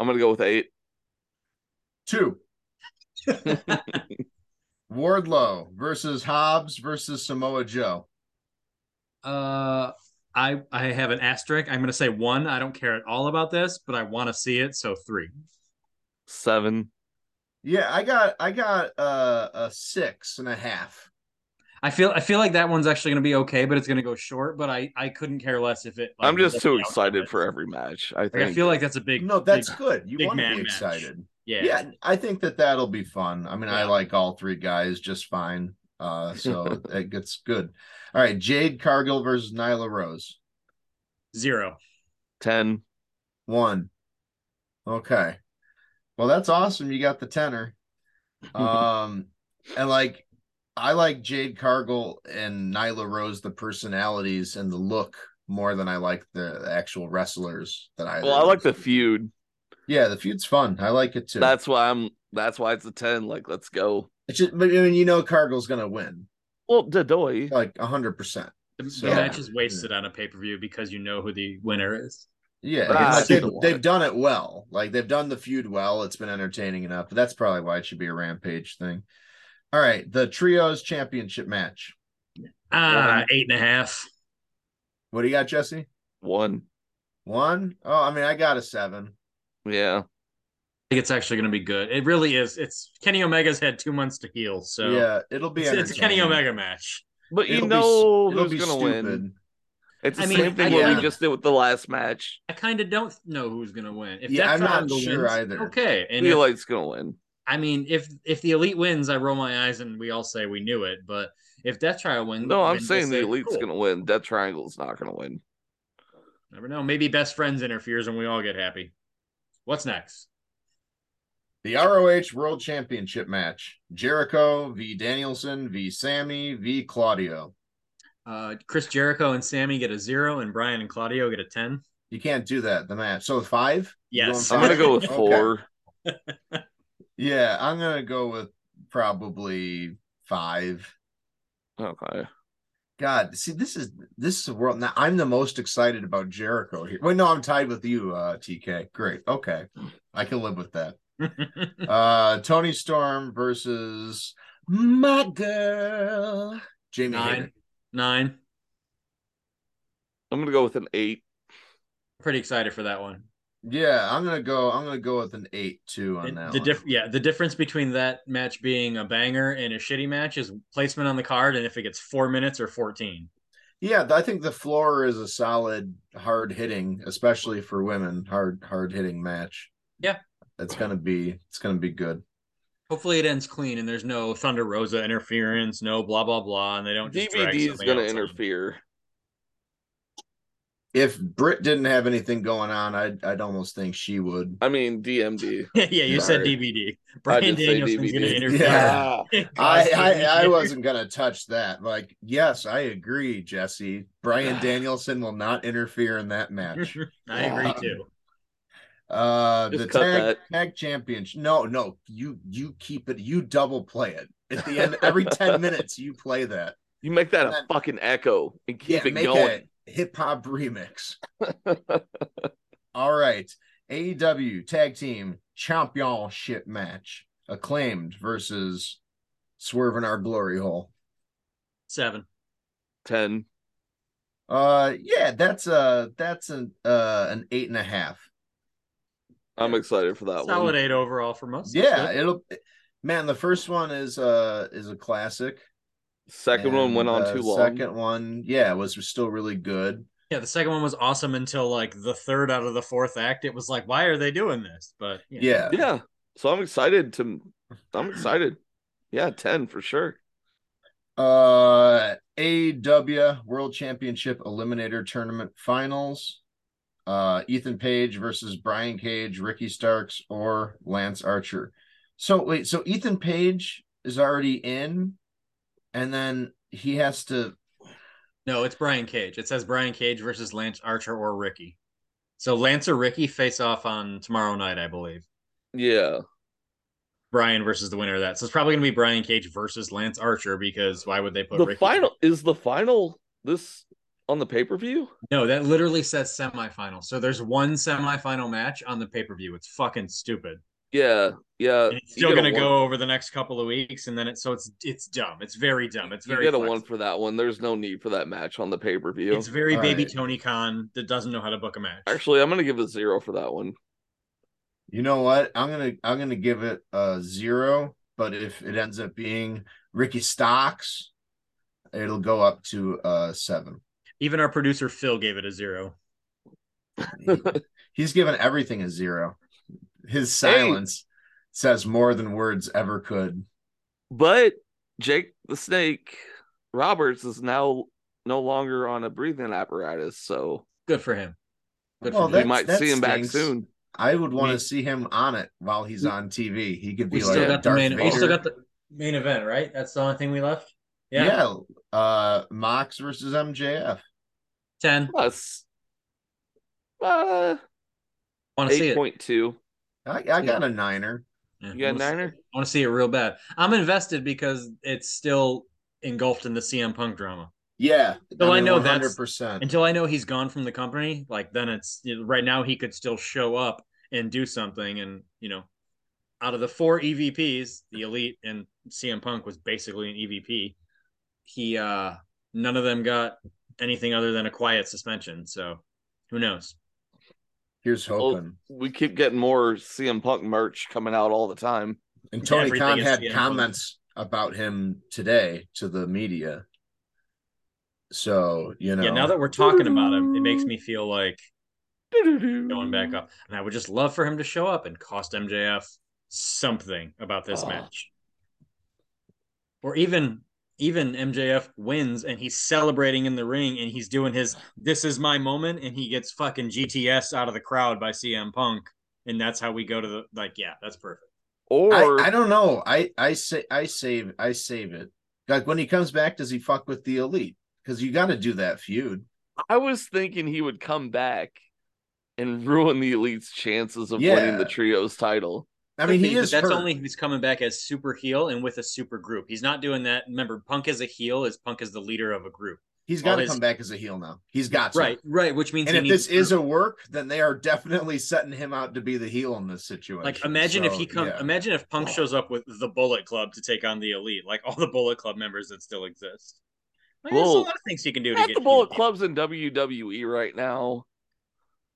Speaker 1: I'm gonna go with eight.
Speaker 4: Two. Wardlow versus Hobbs versus Samoa Joe.
Speaker 5: Uh I I have an asterisk. I'm gonna say one. I don't care at all about this, but I want to see it, so three.
Speaker 1: Seven.
Speaker 4: Yeah, I got I got uh, a six and a half.
Speaker 5: I feel I feel like that one's actually gonna be okay, but it's gonna go short. But I I couldn't care less if it. like,
Speaker 1: I'm just
Speaker 5: was
Speaker 1: too
Speaker 5: out of
Speaker 1: excited
Speaker 5: it.
Speaker 1: for every match. I
Speaker 5: Like,
Speaker 1: think.
Speaker 5: I feel like that's a big.
Speaker 4: no, that's
Speaker 5: big-
Speaker 4: good. You
Speaker 5: big
Speaker 4: want to
Speaker 5: man
Speaker 4: be
Speaker 5: match.
Speaker 4: excited.
Speaker 5: yeah.
Speaker 4: yeah i think that that'll be fun i mean i
Speaker 5: Yeah.
Speaker 4: like all three guys just fine uh so it gets good all right jade cargill versus nyla rose
Speaker 5: Zero.
Speaker 1: ten.
Speaker 4: one okay well that's awesome you got the tenor um and like i like jade cargill and nyla rose the personalities and the look more than i like the actual wrestlers that i
Speaker 1: Well, I like the feud.
Speaker 4: yeah the feud's fun i like it too
Speaker 1: That's why I'm. That's why it's a ten. Like, let's go.
Speaker 4: it's just but I mean, you know cargill's gonna win
Speaker 1: Well, Dadoy.
Speaker 4: like 100%
Speaker 5: The, the
Speaker 4: So-
Speaker 5: match is wasted on a pay per view because you know who the winner is.
Speaker 4: Yeah,
Speaker 1: But I
Speaker 4: and, like,
Speaker 1: still
Speaker 4: they've,
Speaker 1: want
Speaker 4: they've
Speaker 1: it.
Speaker 4: done it well. Like they've done the feud well. It's been entertaining enough. But that's probably why it should be a rampage thing. All right, the trios championship match.
Speaker 5: Ah,
Speaker 1: One.
Speaker 5: eight and a half.
Speaker 4: What do you got, Jesse?
Speaker 1: One.
Speaker 4: One? Oh, I mean, I got a seven.
Speaker 1: Yeah.
Speaker 5: I think it's actually going to be good. It really is. It's Kenny Omega's had two months to heal, so
Speaker 4: yeah, it'll be
Speaker 5: it's, it's a Kenny
Speaker 4: entertaining.
Speaker 5: Omega match.
Speaker 1: But you
Speaker 4: It'll be s-
Speaker 1: know
Speaker 4: it'll
Speaker 1: who's
Speaker 4: be
Speaker 1: gonna win.
Speaker 4: stupid.
Speaker 1: It's the
Speaker 5: I mean,
Speaker 1: same thing
Speaker 5: I-
Speaker 1: what
Speaker 4: yeah.
Speaker 1: we just did with the last match.
Speaker 5: I kind of don't know who's going to win. If
Speaker 4: Yeah,
Speaker 5: Death
Speaker 4: I'm not
Speaker 5: Triangle
Speaker 4: sure
Speaker 5: wins,
Speaker 4: either.
Speaker 5: Okay, and if-
Speaker 1: Elite's gonna win.
Speaker 5: I mean, if if the elite wins, I roll my eyes and we all say we knew it. But if Death Trial wins,
Speaker 1: No, I'm
Speaker 5: wins, we'll
Speaker 1: saying the
Speaker 5: say,
Speaker 1: elite's
Speaker 5: cool.
Speaker 1: gonna win. Death Triangle's not gonna win.
Speaker 5: Never know. Maybe best friends interferes and we all get happy. What's next?
Speaker 4: The ROH World Championship match. Jericho v Danielson v Sammy v Claudio.
Speaker 5: Uh, Chris Jericho and Sammy get a zero, and Brian and Claudio get a ten.
Speaker 4: You can't do that, the match. So five? You going
Speaker 5: Yes,
Speaker 1: I'm gonna go with
Speaker 4: Okay.
Speaker 1: four.
Speaker 4: Yeah, I'm gonna go with probably five.
Speaker 1: Okay.
Speaker 4: God, see, this is this is a world now. I'm the most excited about Jericho here. Wait, no, I'm tied with you, uh, TK. Great, okay, I can live with that. Uh, Tony Storm versus my girl, Jamie.
Speaker 5: Nine.
Speaker 4: Hayter.
Speaker 5: Nine.
Speaker 1: I'm gonna go with an eight.
Speaker 5: Pretty excited for that one.
Speaker 4: Yeah, I'm gonna go. I'm gonna go with an eight too on
Speaker 5: And
Speaker 4: that.
Speaker 5: the
Speaker 4: one.
Speaker 5: diff- yeah, the difference between that match being a banger and a shitty match is placement on the card and if it gets four minutes or fourteen.
Speaker 4: Yeah, I think the floor is a solid, hard hitting, especially for women, hard hard hitting match.
Speaker 5: Yeah.
Speaker 4: it's gonna be it's gonna be good.
Speaker 5: Hopefully it ends clean and there's no Thunder Rosa interference, no blah blah blah, and they don't. Just drag
Speaker 1: DVD is
Speaker 5: something
Speaker 1: gonna
Speaker 5: else on.
Speaker 1: interfere.
Speaker 4: If Britt didn't have anything going on, I'd I'd almost think she would.
Speaker 1: I mean DMD.
Speaker 5: yeah, you said
Speaker 1: Sorry.
Speaker 5: DVD. Brian
Speaker 1: did say
Speaker 5: Danielson's gonna
Speaker 1: DVD.
Speaker 5: interfere.
Speaker 4: Yeah. I
Speaker 5: Cause
Speaker 4: I, I
Speaker 5: DVD.
Speaker 4: wasn't gonna touch that. Like, yes, I agree, Jesse. Brian Danielson will not interfere in that match.
Speaker 5: I agree
Speaker 4: Um,
Speaker 5: too.
Speaker 4: Uh,
Speaker 1: Just
Speaker 4: the
Speaker 1: cut
Speaker 4: tag,
Speaker 1: that.
Speaker 4: tag championship. No, no, you you keep it. You double play it at the end. Every ten minutes, you play that.
Speaker 1: You make that a
Speaker 4: Then-
Speaker 1: fucking echo and keep it
Speaker 4: make
Speaker 1: going.
Speaker 4: a hip hop remix. All right, AEW tag team championship match. Acclaimed versus Swerve in our glory hole.
Speaker 5: Seven.
Speaker 1: Ten.
Speaker 4: Uh, yeah, that's a that's an uh an eight and a half.
Speaker 1: I'm excited for that
Speaker 5: Solid
Speaker 1: one.
Speaker 5: eight overall from us.
Speaker 4: Yeah, it'll. Man, the first one is uh is a classic.
Speaker 1: Second one
Speaker 4: And
Speaker 1: went on
Speaker 4: the
Speaker 1: too long.
Speaker 4: Second one, yeah, was still really good.
Speaker 5: Yeah, the second one was awesome until like the third out of the fourth act. It was like, why are they doing this? But you know.
Speaker 4: Yeah.
Speaker 1: Yeah. So I'm excited to I'm excited. Yeah, 10 for sure.
Speaker 4: Uh AW World Championship Eliminator Tournament Finals. Uh Ethan Page versus Brian Cage, Ricky Starks, or Lance Archer. So wait, so Ethan Page is already in, and then he has to
Speaker 5: No, it's Brian Cage. It says Brian Cage versus Lance Archer or Ricky. So Lance or Ricky face off on tomorrow night, I believe.
Speaker 1: Yeah.
Speaker 5: Brian versus the winner of that. So it's probably gonna be Brian Cage versus Lance Archer because why would they put
Speaker 1: the
Speaker 5: Ricky?
Speaker 1: final is the final this on the pay-per-view?
Speaker 5: No, that literally says semifinal. So there's one semifinal match on the pay per view. It's fucking stupid.
Speaker 1: Yeah. Yeah.
Speaker 5: And it's still gonna go over the next couple of weeks, and then it so it's it's dumb. It's very dumb. It's
Speaker 1: You
Speaker 5: very
Speaker 1: get a
Speaker 5: flexible.
Speaker 1: one for that one. There's no need for that match on the pay-per-view.
Speaker 5: It's very
Speaker 4: All
Speaker 5: baby
Speaker 4: right.
Speaker 5: Tony Khan that doesn't know how to book a match.
Speaker 1: Actually, I'm gonna give a zero for that one.
Speaker 4: You know what? I'm gonna I'm gonna give it a zero, but if it ends up being Ricky Stocks, it'll go up to uh seven.
Speaker 5: even our producer Phil gave it a zero.
Speaker 4: He- He's given everything a zero. His silence says more than words ever could.
Speaker 1: But Jake the Snake Roberts is now no longer on a breathing apparatus, so
Speaker 5: Good for him. Good
Speaker 4: Well,
Speaker 5: for
Speaker 1: we
Speaker 5: him.
Speaker 4: that's-
Speaker 1: might
Speaker 4: that
Speaker 1: see him back
Speaker 4: stinks.
Speaker 1: soon.
Speaker 4: I would want
Speaker 5: We-
Speaker 4: to see him on it while he's on TV. He could
Speaker 5: We
Speaker 4: be
Speaker 5: still
Speaker 4: like
Speaker 5: got the
Speaker 4: Darth
Speaker 5: main.
Speaker 4: Vader.
Speaker 5: We still got the main event, right? That's the only thing we left. Yeah,
Speaker 4: yeah. uh, Mox versus MJF.
Speaker 5: ten.
Speaker 1: Plus, uh,
Speaker 5: Want to see
Speaker 1: eight
Speaker 5: it?
Speaker 1: point two.
Speaker 4: I, I got a niner.
Speaker 5: Yeah,
Speaker 1: You got a niner?
Speaker 5: I want to see it real bad. I'm invested because it's still engulfed in the CM Punk drama.
Speaker 4: Yeah,
Speaker 5: No, I know that's-
Speaker 4: hundred percent.
Speaker 5: Until I know he's gone from the company, like then it's you know, right now he could still show up and do something. And you know, out of the four EVPs, the elite and CM Punk was basically an EVP. He uh none of them got anything other than a quiet suspension. So who knows?
Speaker 4: Here's
Speaker 5: oh,
Speaker 4: hoping.
Speaker 1: We keep getting more CM Punk merch coming out all the time.
Speaker 4: And Tony
Speaker 5: Everything
Speaker 4: Khan
Speaker 5: is
Speaker 4: had
Speaker 5: CM Punk.
Speaker 4: comments about him today to the media. So, you know,
Speaker 5: Yeah, now that we're talking about him, it makes me feel like going back up. And I would just love for him to show up and cost MJF something about this
Speaker 1: Oh.
Speaker 5: match. Or even even MJF wins and he's celebrating in the ring and he's doing his this is my moment and he gets fucking GTS out of the crowd by CM Punk. And that's how we go to the like, yeah, that's perfect.
Speaker 1: Or
Speaker 4: I, I don't know. I I say I save I save it. Like when he comes back, does he fuck with the elite? Because you got to do that feud.
Speaker 1: I was thinking he would come back and ruin the elite's chances of winning the
Speaker 4: Yeah.
Speaker 1: trios title.
Speaker 4: I mean, he
Speaker 5: But
Speaker 4: is
Speaker 5: that's
Speaker 4: hurt.
Speaker 5: only if he's coming back as super heel and with a super group. He's not doing that. Remember, Punk is a heel, is Punk is the leader of a group.
Speaker 4: He's got to
Speaker 5: All his-
Speaker 4: come back as a heel now. He's got to.
Speaker 5: Right, right. Which means
Speaker 4: And
Speaker 5: he
Speaker 4: if
Speaker 5: needs
Speaker 4: this is a work, then they are definitely setting him out to be the heel in this situation.
Speaker 5: like imagine if
Speaker 4: So,
Speaker 5: he comes.
Speaker 4: yeah.
Speaker 5: Imagine if Punk shows up with the Bullet Club to take on the Elite, like all the Bullet Club members that still exist. Like, there's a
Speaker 1: Well,
Speaker 5: lot of things he can do to
Speaker 1: Not
Speaker 5: get
Speaker 1: the Bullet
Speaker 5: healed.
Speaker 1: Club's in WWE right now.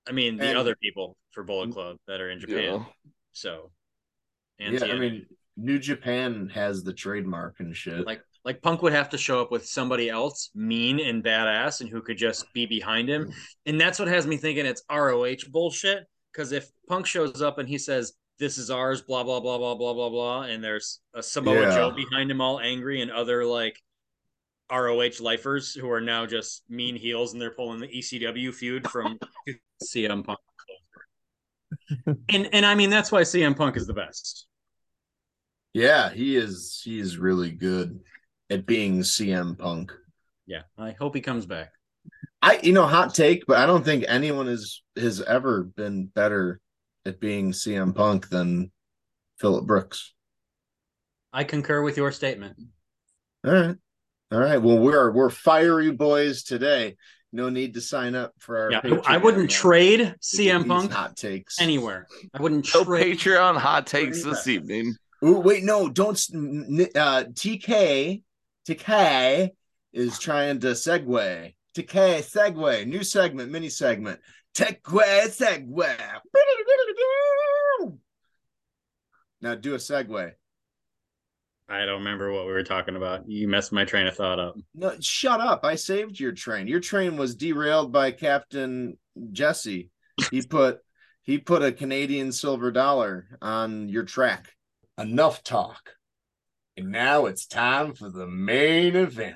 Speaker 5: I mean, the
Speaker 4: And- Mm,
Speaker 5: other people for Bullet Club that are in
Speaker 1: you
Speaker 5: Japan.
Speaker 1: know.
Speaker 5: So, and
Speaker 4: yeah, I
Speaker 5: TNA.
Speaker 4: mean, New Japan has the trademark and shit.
Speaker 5: like like Punk would have to show up with somebody else mean and badass and who could just be behind him. And that's what has me thinking it's ROH bullshit. Because if Punk shows up and he says, This is ours, blah, blah, blah, blah, blah, blah, blah, and there's a Samoa
Speaker 4: Yeah.
Speaker 5: Joe behind him all angry and other like ROH lifers who are now just mean heels and they're pulling the ECW feud from CM Punk. And and I mean that's why CM Punk is the best.
Speaker 4: yeah, he is. He is really good at being CM Punk.
Speaker 5: Yeah. I hope he comes back.
Speaker 4: I, you know, hot take, but I don't think anyone is has ever been better at being CM Punk than Philip Brooks.
Speaker 5: I concur with your statement.
Speaker 4: All right. All right. Well, we're we're fiery boys today. No need to sign up for our.
Speaker 5: Yeah, I-
Speaker 4: Patreon
Speaker 5: I wouldn't
Speaker 4: now
Speaker 5: trade
Speaker 4: to get
Speaker 5: CM
Speaker 4: these
Speaker 5: Punk
Speaker 4: hot takes
Speaker 5: anywhere. I wouldn't
Speaker 1: No
Speaker 5: trade.
Speaker 1: Patreon hot takes this evening.
Speaker 4: Ooh, wait, no, don't. s- n- n- Uh, TK, TK is trying to segue. TK segue, new segment, mini segment. TK segue. Now do a segue.
Speaker 5: I don't remember what we were talking about. You messed my train of thought up.
Speaker 4: No, shut up. I saved your train. Your train was derailed by Captain Jesse. He put he put a Canadian silver dollar on your track. Enough talk. And now it's time for the main event.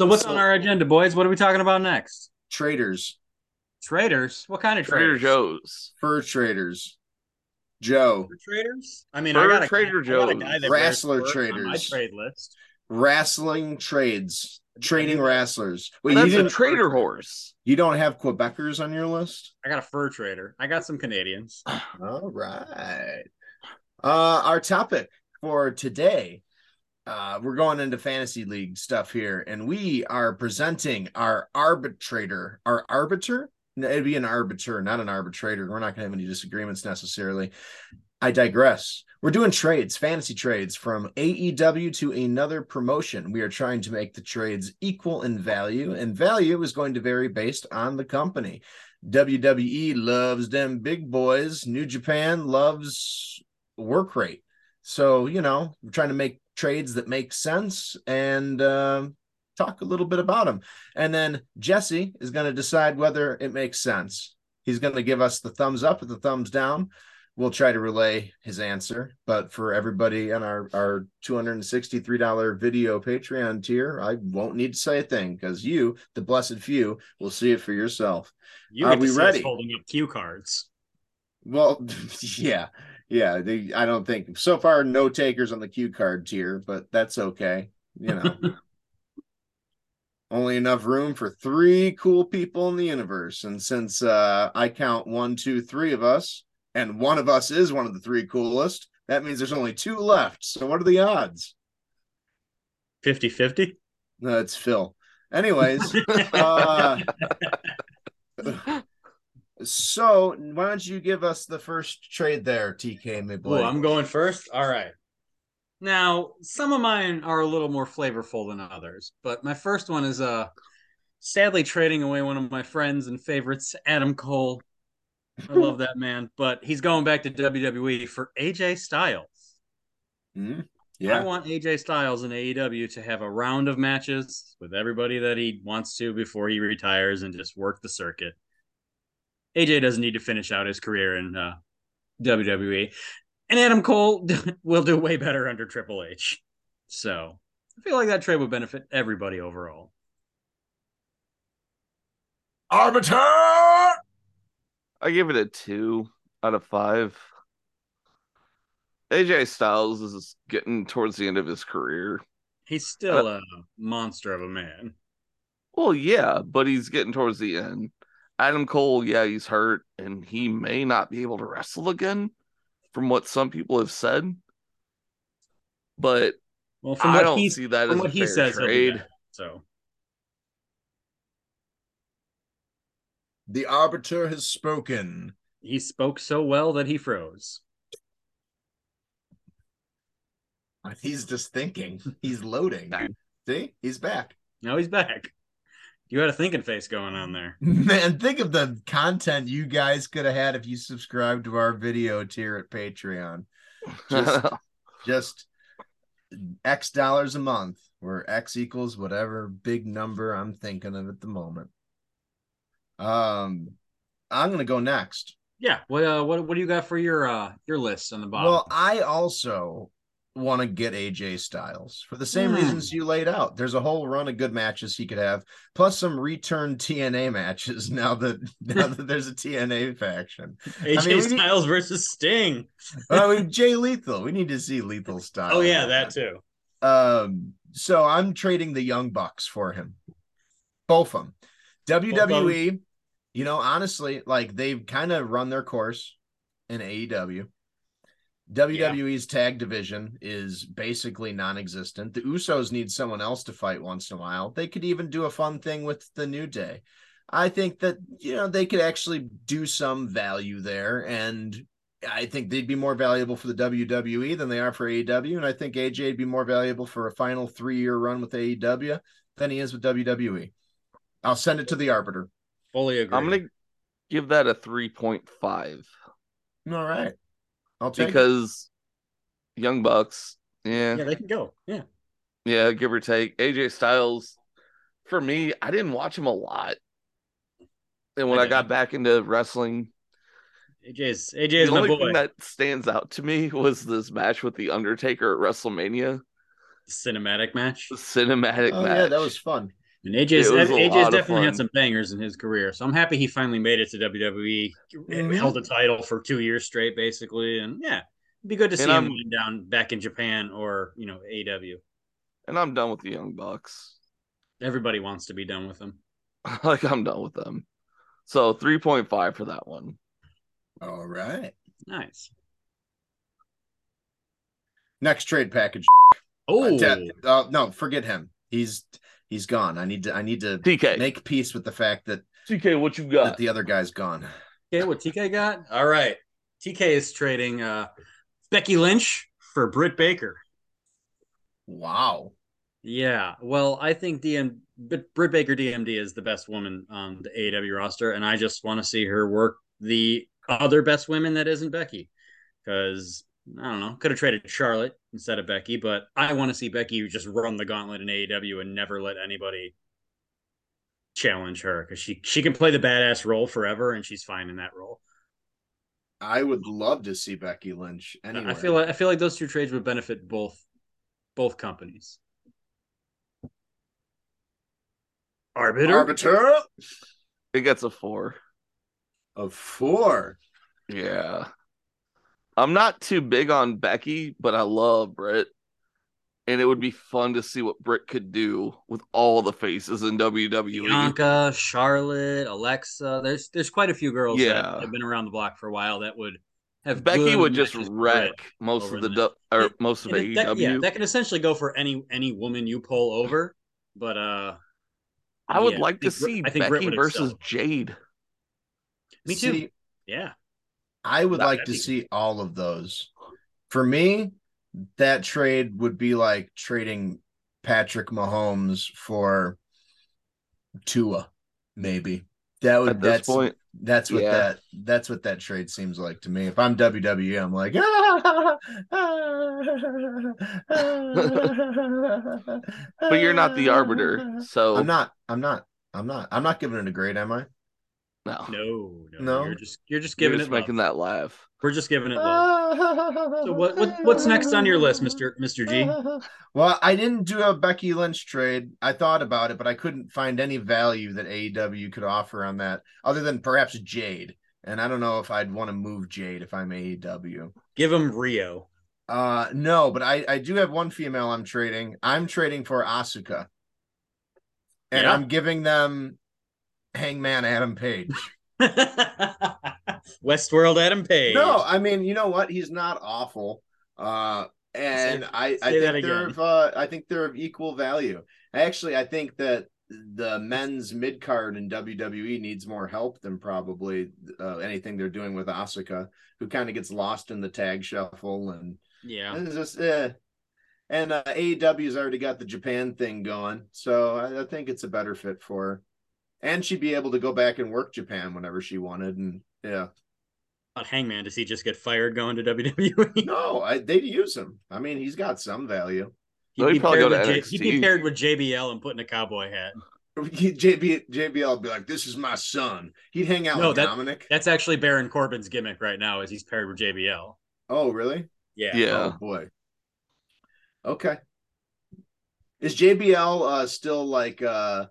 Speaker 5: So what's
Speaker 4: So-
Speaker 5: on our agenda, boys? What are we talking about next?
Speaker 4: Traders,
Speaker 5: Traders? What kind of
Speaker 1: Trader
Speaker 5: traders?
Speaker 1: Joe's.
Speaker 4: fur traders, Joe,
Speaker 5: Traders? I mean, I
Speaker 1: Fur
Speaker 5: got a
Speaker 1: Trader
Speaker 5: I got a
Speaker 1: Joe's.
Speaker 5: guy that wears
Speaker 4: Wrestler
Speaker 5: fur On my
Speaker 4: traders.
Speaker 5: trade list.
Speaker 4: wrestling trades, trading wrestlers. Wait, you
Speaker 1: That's a
Speaker 4: didn't
Speaker 1: trader horse.
Speaker 4: you don't have Quebecers on your list?
Speaker 5: I got a fur trader. I got some Canadians.
Speaker 4: All right. Uh, our topic for today, uh, we're going into fantasy league stuff here, and we are presenting our arbitrator, our arbiter. No, it'd be an arbiter, not an arbitrator. We're not going to have any disagreements necessarily. I digress. We're doing trades, fantasy trades from AEW to another promotion. We are trying to make the trades equal in value, and value is going to vary based on the company. WWE E loves them big boys. New Japan loves work rate. So, you know, we're trying to make trades that make sense and um talk a little bit about them. And then Jesse is going to decide whether it makes sense. He's going to give us the thumbs up or the thumbs down. We'll try to relay his answer. But for everybody on our, our $263 video Patreon tier, I won't need to say a thing because you, the blessed few, will see it for yourself.
Speaker 5: You
Speaker 4: Are
Speaker 5: get to
Speaker 4: we
Speaker 5: see us
Speaker 4: ready?
Speaker 5: holding up cue cards.
Speaker 4: Well, yeah, yeah. They, I don't think so far. No takers on the cue card tier, but that's okay. You know, only enough room for three cool people in the universe. And since uh, I count one, two, three of us, and one of us is one of the three coolest, that means there's only two left. So what are the odds?
Speaker 5: 50-50?
Speaker 4: No, it's Phil. Anyways, uh, so why don't you give us the first trade there, TK Midway?
Speaker 5: Oh, I'm going first. All right. Now, some of mine are a little more flavorful than others, but my first one is uh sadly trading away one of my friends and favorites, Adam Cole. I love that man, but he's going back to WWE for AJ Styles.
Speaker 4: Mhm.
Speaker 5: I
Speaker 4: Yeah,
Speaker 5: want AJ Styles and AEW to have a round of matches with everybody that he wants to before he retires and just work the circuit. AJ doesn't need to finish out his career in uh, WWE. And Adam Cole will do way better under Triple H. So I feel like that trade would benefit everybody overall.
Speaker 2: Arbiter!
Speaker 1: I give it a two out of five. AJ Styles is getting towards the end of his career.
Speaker 5: He's still a monster of a man.
Speaker 1: Well, yeah, but he's getting towards the end. Adam Cole, yeah, he's hurt and he may not be able to wrestle again, from what some people have said. but
Speaker 5: Well, from
Speaker 1: I
Speaker 5: what
Speaker 1: don't
Speaker 5: he
Speaker 1: see that
Speaker 5: from
Speaker 1: as a
Speaker 5: what he
Speaker 1: fair
Speaker 5: says, he'll do
Speaker 1: trade.
Speaker 5: that, so
Speaker 4: The arbiter has spoken.
Speaker 5: he spoke so well that he froze.
Speaker 4: He's just thinking. He's loading. See, he's back.
Speaker 5: Now he's back. You had a thinking face going on there.
Speaker 4: Man, think of the content you guys could have had if you subscribed to our video tier at Patreon. Just- Just X dollars a month, where X equals whatever big number I'm thinking of at the moment. Um, I'm gonna go next.
Speaker 5: Yeah. What uh, what what do you got for your uh your list on the bottom?
Speaker 4: Well, I also want to get AJ Styles for the same
Speaker 5: Hmm.
Speaker 4: reasons you laid out. There's a whole run of good matches he could have, plus some return TNA matches now that now that there's a TNA faction.
Speaker 5: AJ
Speaker 4: I mean, we need-
Speaker 5: Styles versus Sting.
Speaker 4: I mean, Jay Lethal. We need to see Lethal Styles.
Speaker 5: Oh
Speaker 1: Uh,
Speaker 5: yeah, that too.
Speaker 4: Um, so I'm trading the Young Bucks for him. Both of them. WWE, E, you know, honestly, like they've kind of run their course in E AEW. WWE's tag division is basically non-existent. The Usos need someone else to fight once in a while. They could even do a fun thing with the New Day. I think that you know they could actually do some value there, and I think they'd be more valuable for the WWE than they are for AEW, and I think AJ'd be more valuable for a final three-year run with AEW than he is with WWE. I'll send it to the arbiter.
Speaker 5: Fully agree.
Speaker 1: I'm gonna give that a three point five
Speaker 4: All right, I'll take. it.
Speaker 1: because Young Bucks, yeah,
Speaker 5: Yeah, they can go. Yeah.
Speaker 1: yeah, give or take. AJ Styles, for me, I didn't watch him a lot, and when
Speaker 5: I
Speaker 1: I, got back into wrestling,
Speaker 5: AJ's AJ's
Speaker 1: the
Speaker 5: my
Speaker 1: only thing
Speaker 5: boy.
Speaker 1: that stands out to me was this match with the Undertaker at WrestleMania,
Speaker 5: Cinematic match.
Speaker 1: the cinematic
Speaker 4: Oh
Speaker 1: match.
Speaker 4: yeah, that was fun.
Speaker 5: And AJ's
Speaker 1: It was a lot
Speaker 5: AJ's
Speaker 1: of
Speaker 5: definitely
Speaker 1: fun.
Speaker 5: had some bangers in his career, so I'm happy he finally made it to WWE.
Speaker 1: Mm-hmm.
Speaker 4: Mhm.
Speaker 5: Held the title for two years straight, basically, and yeah, it'd be good to see
Speaker 1: I'm-
Speaker 5: him wind down back in Japan or you know AW.
Speaker 1: and I'm done with the Young Bucks.
Speaker 5: Everybody wants to be done with him.
Speaker 1: like I'm done with them. So three point five for that one.
Speaker 4: All right,
Speaker 5: Nice.
Speaker 4: next trade package.
Speaker 5: Oh,
Speaker 4: Uh, no, forget him. He's he's gone. I need to I need to
Speaker 1: TK,
Speaker 4: make peace with the fact that
Speaker 1: TK, what you
Speaker 4: that
Speaker 1: got?
Speaker 4: the other guy's gone.
Speaker 5: Okay, what TK got? All right. TK is trading uh Becky Lynch for Britt Baker.
Speaker 4: Wow.
Speaker 5: Yeah. Well, I think DM but Britt Baker DMD is the best woman on the AEW roster, and I just want to see her work the other best women that isn't Becky. Because I don't know, could have traded Charlotte instead of Becky, but I want to see Becky just run the gauntlet in AEW and never let anybody challenge her because she she can play the badass role forever and she's fine in that role.
Speaker 4: I would love to see Becky Lynch anywhere.
Speaker 5: I feel like I feel like those two trades would benefit both both companies. Arbiter.
Speaker 4: arbiter
Speaker 1: It gets a four.
Speaker 4: of four.
Speaker 1: Yeah. I'm not too big on Becky, but I love Britt. And it would be fun to see what Britt could do with all the faces in E. WWE.
Speaker 5: Bianca, Charlotte, Alexa. There's there's quite a few girls
Speaker 1: Yeah.
Speaker 5: that have been around the block for a while that would have
Speaker 1: Becky
Speaker 5: good
Speaker 1: would just
Speaker 5: matches for
Speaker 1: wreck
Speaker 5: it.
Speaker 1: most
Speaker 5: over
Speaker 1: of the
Speaker 5: the
Speaker 1: du- or
Speaker 5: It-
Speaker 1: most of E
Speaker 5: And
Speaker 1: AEW.
Speaker 5: it- that, yeah, that can essentially go for any any woman you pull over, but uh
Speaker 1: I would
Speaker 5: yeah,
Speaker 1: like to
Speaker 5: think Br-
Speaker 1: see
Speaker 5: I think Britt
Speaker 1: Becky
Speaker 5: would
Speaker 1: versus
Speaker 5: excel.
Speaker 1: Jade.
Speaker 5: Me too.
Speaker 4: See,
Speaker 5: yeah.
Speaker 4: I would
Speaker 5: That-
Speaker 4: like
Speaker 5: that'd
Speaker 4: to
Speaker 5: be-
Speaker 4: see all of those. For me, that trade would be like trading Patrick Mahomes for Tua, maybe. That would
Speaker 1: At this
Speaker 4: that's
Speaker 1: point,
Speaker 4: that's what
Speaker 1: yeah.
Speaker 4: that that's what that trade seems like to me. If I'm WWE, I'm like But
Speaker 1: but you're not the arbiter, so
Speaker 4: I'm not. I'm not. I'm not. I'm not giving it a grade, am I?
Speaker 1: uh, no,
Speaker 5: No, no,
Speaker 4: No.
Speaker 5: You're just you're just
Speaker 1: You're
Speaker 5: giving
Speaker 1: just
Speaker 5: it love.
Speaker 1: making that laugh.
Speaker 5: We're just giving it love. So
Speaker 4: So
Speaker 5: what, what what's next on your list, Mister Mister G?
Speaker 4: Well, I didn't do a Becky Lynch trade. I thought about it, but I couldn't find any value that AEW could offer on that, other than perhaps Jade. And I don't know if I'd want to move Jade if I'm AEW.
Speaker 5: Give him Rio.
Speaker 4: Uh, no, but I I do have one female I'm trading. I'm trading for Asuka, and
Speaker 5: Yeah.
Speaker 4: I'm giving them Hangman Adam Page.
Speaker 5: Westworld Adam Page.
Speaker 4: No, I mean, you know what? He's not awful. Uh, and I, I
Speaker 5: say that
Speaker 4: think they're
Speaker 5: again.
Speaker 4: of, uh, I think they're of equal value. Actually, I think that the men's mid card in WWE needs more help than probably uh, anything they're doing with Asuka, who kind of gets lost in the tag shuffle and
Speaker 5: Yeah.
Speaker 4: it's just eh. And uh, AEW's already got the Japan thing going, so I, I think it's a better fit for her. And she'd be able to go back and work Japan whenever she wanted. And yeah,
Speaker 5: But Hangman, does he just get fired going to E. WWE?
Speaker 4: no, I, they'd use him. I mean, he's got some value.
Speaker 1: No, he'd probably
Speaker 5: paired
Speaker 1: go to
Speaker 5: with J- he'd be
Speaker 1: NXT.
Speaker 5: paired with JBL and put in a cowboy hat.
Speaker 4: JB, JBL would be like, "This is my son." He'd hang out
Speaker 5: No,
Speaker 4: with
Speaker 5: that-
Speaker 4: Dominic.
Speaker 5: That's actually Baron Corbin's gimmick right now, is he's paired with JBL.
Speaker 4: Oh, really?
Speaker 5: Yeah.
Speaker 1: Yeah.
Speaker 4: Oh boy. Okay. Is JBL uh, still like uh,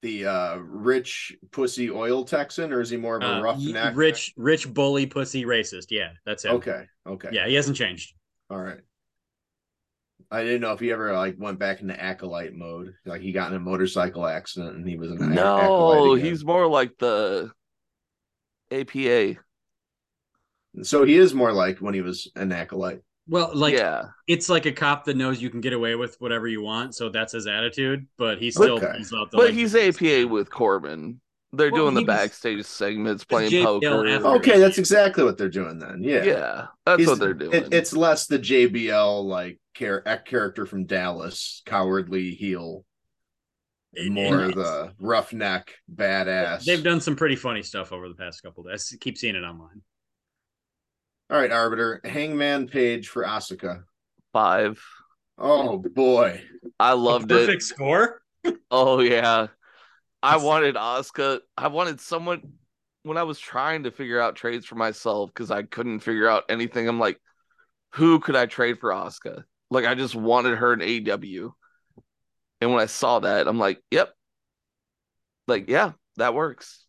Speaker 4: the uh, rich pussy oil Texan, or is he more of a
Speaker 5: Uh,
Speaker 4: rough
Speaker 5: y-
Speaker 4: neck?
Speaker 5: rich, rich bully pussy racist. Yeah, that's it.
Speaker 4: Okay. Okay.
Speaker 5: Yeah, he hasn't changed.
Speaker 4: All right. I didn't know if he ever like went back into acolyte mode. Like he got in a motorcycle accident and he was an ac-
Speaker 1: No,
Speaker 4: acolyte again.
Speaker 1: he's more like the APA.
Speaker 4: so he is more like when he was an acolyte.
Speaker 5: Well, like
Speaker 1: yeah,
Speaker 5: it's like a cop that knows you can get away with whatever you want, so that's his attitude. But he still
Speaker 4: Okay.
Speaker 5: pulls out the.
Speaker 1: but
Speaker 5: like-
Speaker 1: he's APA with Corbin. They're
Speaker 5: Well,
Speaker 1: doing the
Speaker 5: he was-
Speaker 1: backstage segments, playing
Speaker 5: JBL
Speaker 1: poker.
Speaker 5: after.
Speaker 4: Okay, that's exactly what they're doing then.
Speaker 1: yeah.
Speaker 4: Yeah.
Speaker 1: that's
Speaker 4: He's-
Speaker 1: what they're doing.
Speaker 4: it- it's less the JBL like char- a character from Dallas, cowardly heel,
Speaker 5: And-
Speaker 4: more
Speaker 5: and
Speaker 4: the roughneck badass.
Speaker 5: They've done some pretty funny stuff over the past couple days. I keep seeing it online.
Speaker 4: All right, Arbiter, Hangman Page for Asuka.
Speaker 1: five.
Speaker 4: Oh boy.
Speaker 1: I loved
Speaker 5: a
Speaker 1: it.
Speaker 5: perfect score.
Speaker 1: Oh yeah. I
Speaker 5: That's-
Speaker 1: wanted Oscar. I wanted someone when I was trying to figure out trades for myself because I couldn't figure out anything. I'm like, who could I trade for Oscar? Like I just wanted her in AEW. And when I saw that, I'm like, yep. Like, yeah, that works.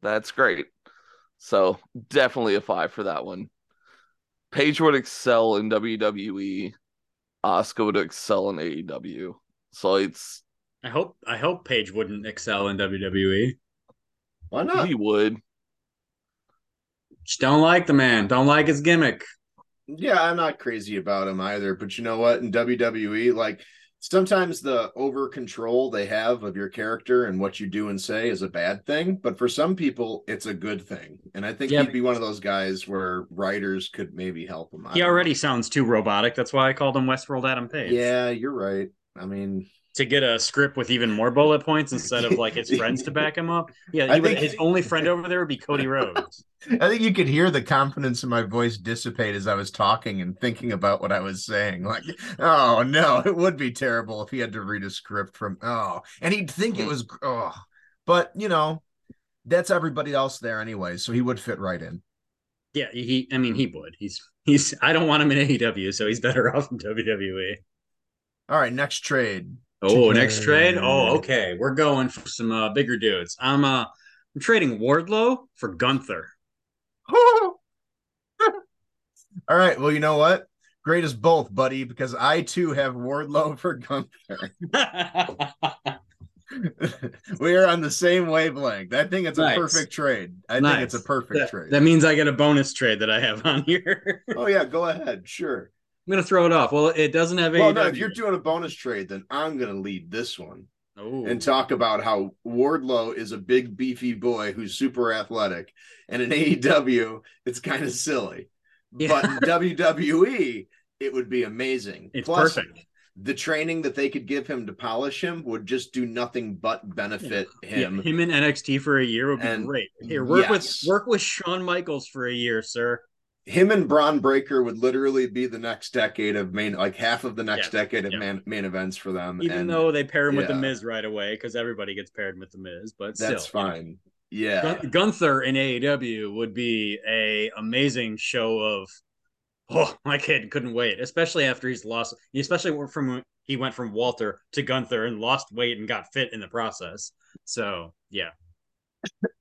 Speaker 1: That's great. So definitely a five for that one. Paige would excel in WWE. Oscar would excel in AEW. So it's
Speaker 5: I hope I hope Paige wouldn't excel in E. WWE.
Speaker 4: Why not?
Speaker 1: he would.
Speaker 5: Just don't like the man. Don't like his gimmick.
Speaker 4: Yeah, I'm not crazy about him either, but you know what? In WWE, like sometimes the over control they have of your character and what you do and say is a bad thing, but for some people, it's a good thing. And I think
Speaker 5: Yeah.
Speaker 4: he'd be one of those guys where writers could maybe help him. I
Speaker 5: He
Speaker 4: don't
Speaker 5: already sounds too robotic. That's why I called him Westworld Adam
Speaker 4: know.
Speaker 5: Page.
Speaker 4: Yeah, you're right. I mean,
Speaker 5: To get a script with even more bullet points instead of like his friends to back him up. Yeah,
Speaker 4: I
Speaker 5: he would,
Speaker 4: think-
Speaker 5: his only friend over there would be Cody Rhodes.
Speaker 6: I think you could hear the confidence in my voice dissipate as I was talking and thinking about what I was saying. Like, oh no, it would be terrible if he had to read a script from oh, and he'd think
Speaker 5: Hmm.
Speaker 6: it was oh, but you know, that's everybody else there anyway, so he would fit right in.
Speaker 5: Yeah, he. I mean, he would. He's he's. I don't want him in AEW, so he's better off in E. WWE.
Speaker 6: All right, next trade.
Speaker 5: Oh,
Speaker 6: Chicken.
Speaker 5: next trade. Oh, okay. We're going for some uh, bigger dudes. I'm uh, I'm trading Wardlow for Gunther.
Speaker 6: All right, well, you know what? Great as both, buddy, because I too have Wardlow for Gunther. we are on the same wavelength. I think it's a
Speaker 5: Nice.
Speaker 6: perfect trade. I think it's a
Speaker 5: Nice.
Speaker 6: perfect
Speaker 5: that,
Speaker 6: trade.
Speaker 5: that means I get a bonus trade that I have on here. I'm
Speaker 4: oh yeah, go ahead. Sure.
Speaker 5: gonna throw it off. Well, it doesn't have E any.
Speaker 4: Well, no, if you're doing a bonus trade, then I'm going to lead this one
Speaker 5: oh,
Speaker 4: and talk about how Wardlow is a big, beefy boy who's super athletic. And in AEW, it's kind of silly.
Speaker 5: yeah,
Speaker 4: but in WWE, it would be amazing.
Speaker 5: it's
Speaker 4: Plus,
Speaker 5: perfect.
Speaker 4: the training that they could give him to polish him would just do nothing but benefit
Speaker 5: yeah,
Speaker 4: him.
Speaker 5: him in NXT for a year would be
Speaker 4: And-
Speaker 5: great. Here, work
Speaker 4: yes.
Speaker 5: with work with Shawn Michaels for a year, sir.
Speaker 4: Him and Braun Breaker would literally be the next decade of main, like half of the next decade of
Speaker 5: yeah.
Speaker 4: man, main events for them.
Speaker 5: Even
Speaker 4: and
Speaker 5: though they pair him with the
Speaker 4: yeah.
Speaker 5: Miz right away, because everybody gets paired with the Miz, but
Speaker 4: that's
Speaker 5: still.
Speaker 4: fine. Yeah.
Speaker 5: Gun- Gunther in AEW would be a amazing show of oh my kid couldn't wait, especially after he's lost, especially when- from when he went from Walter to Gunther and lost weight and got fit in the process. So yeah,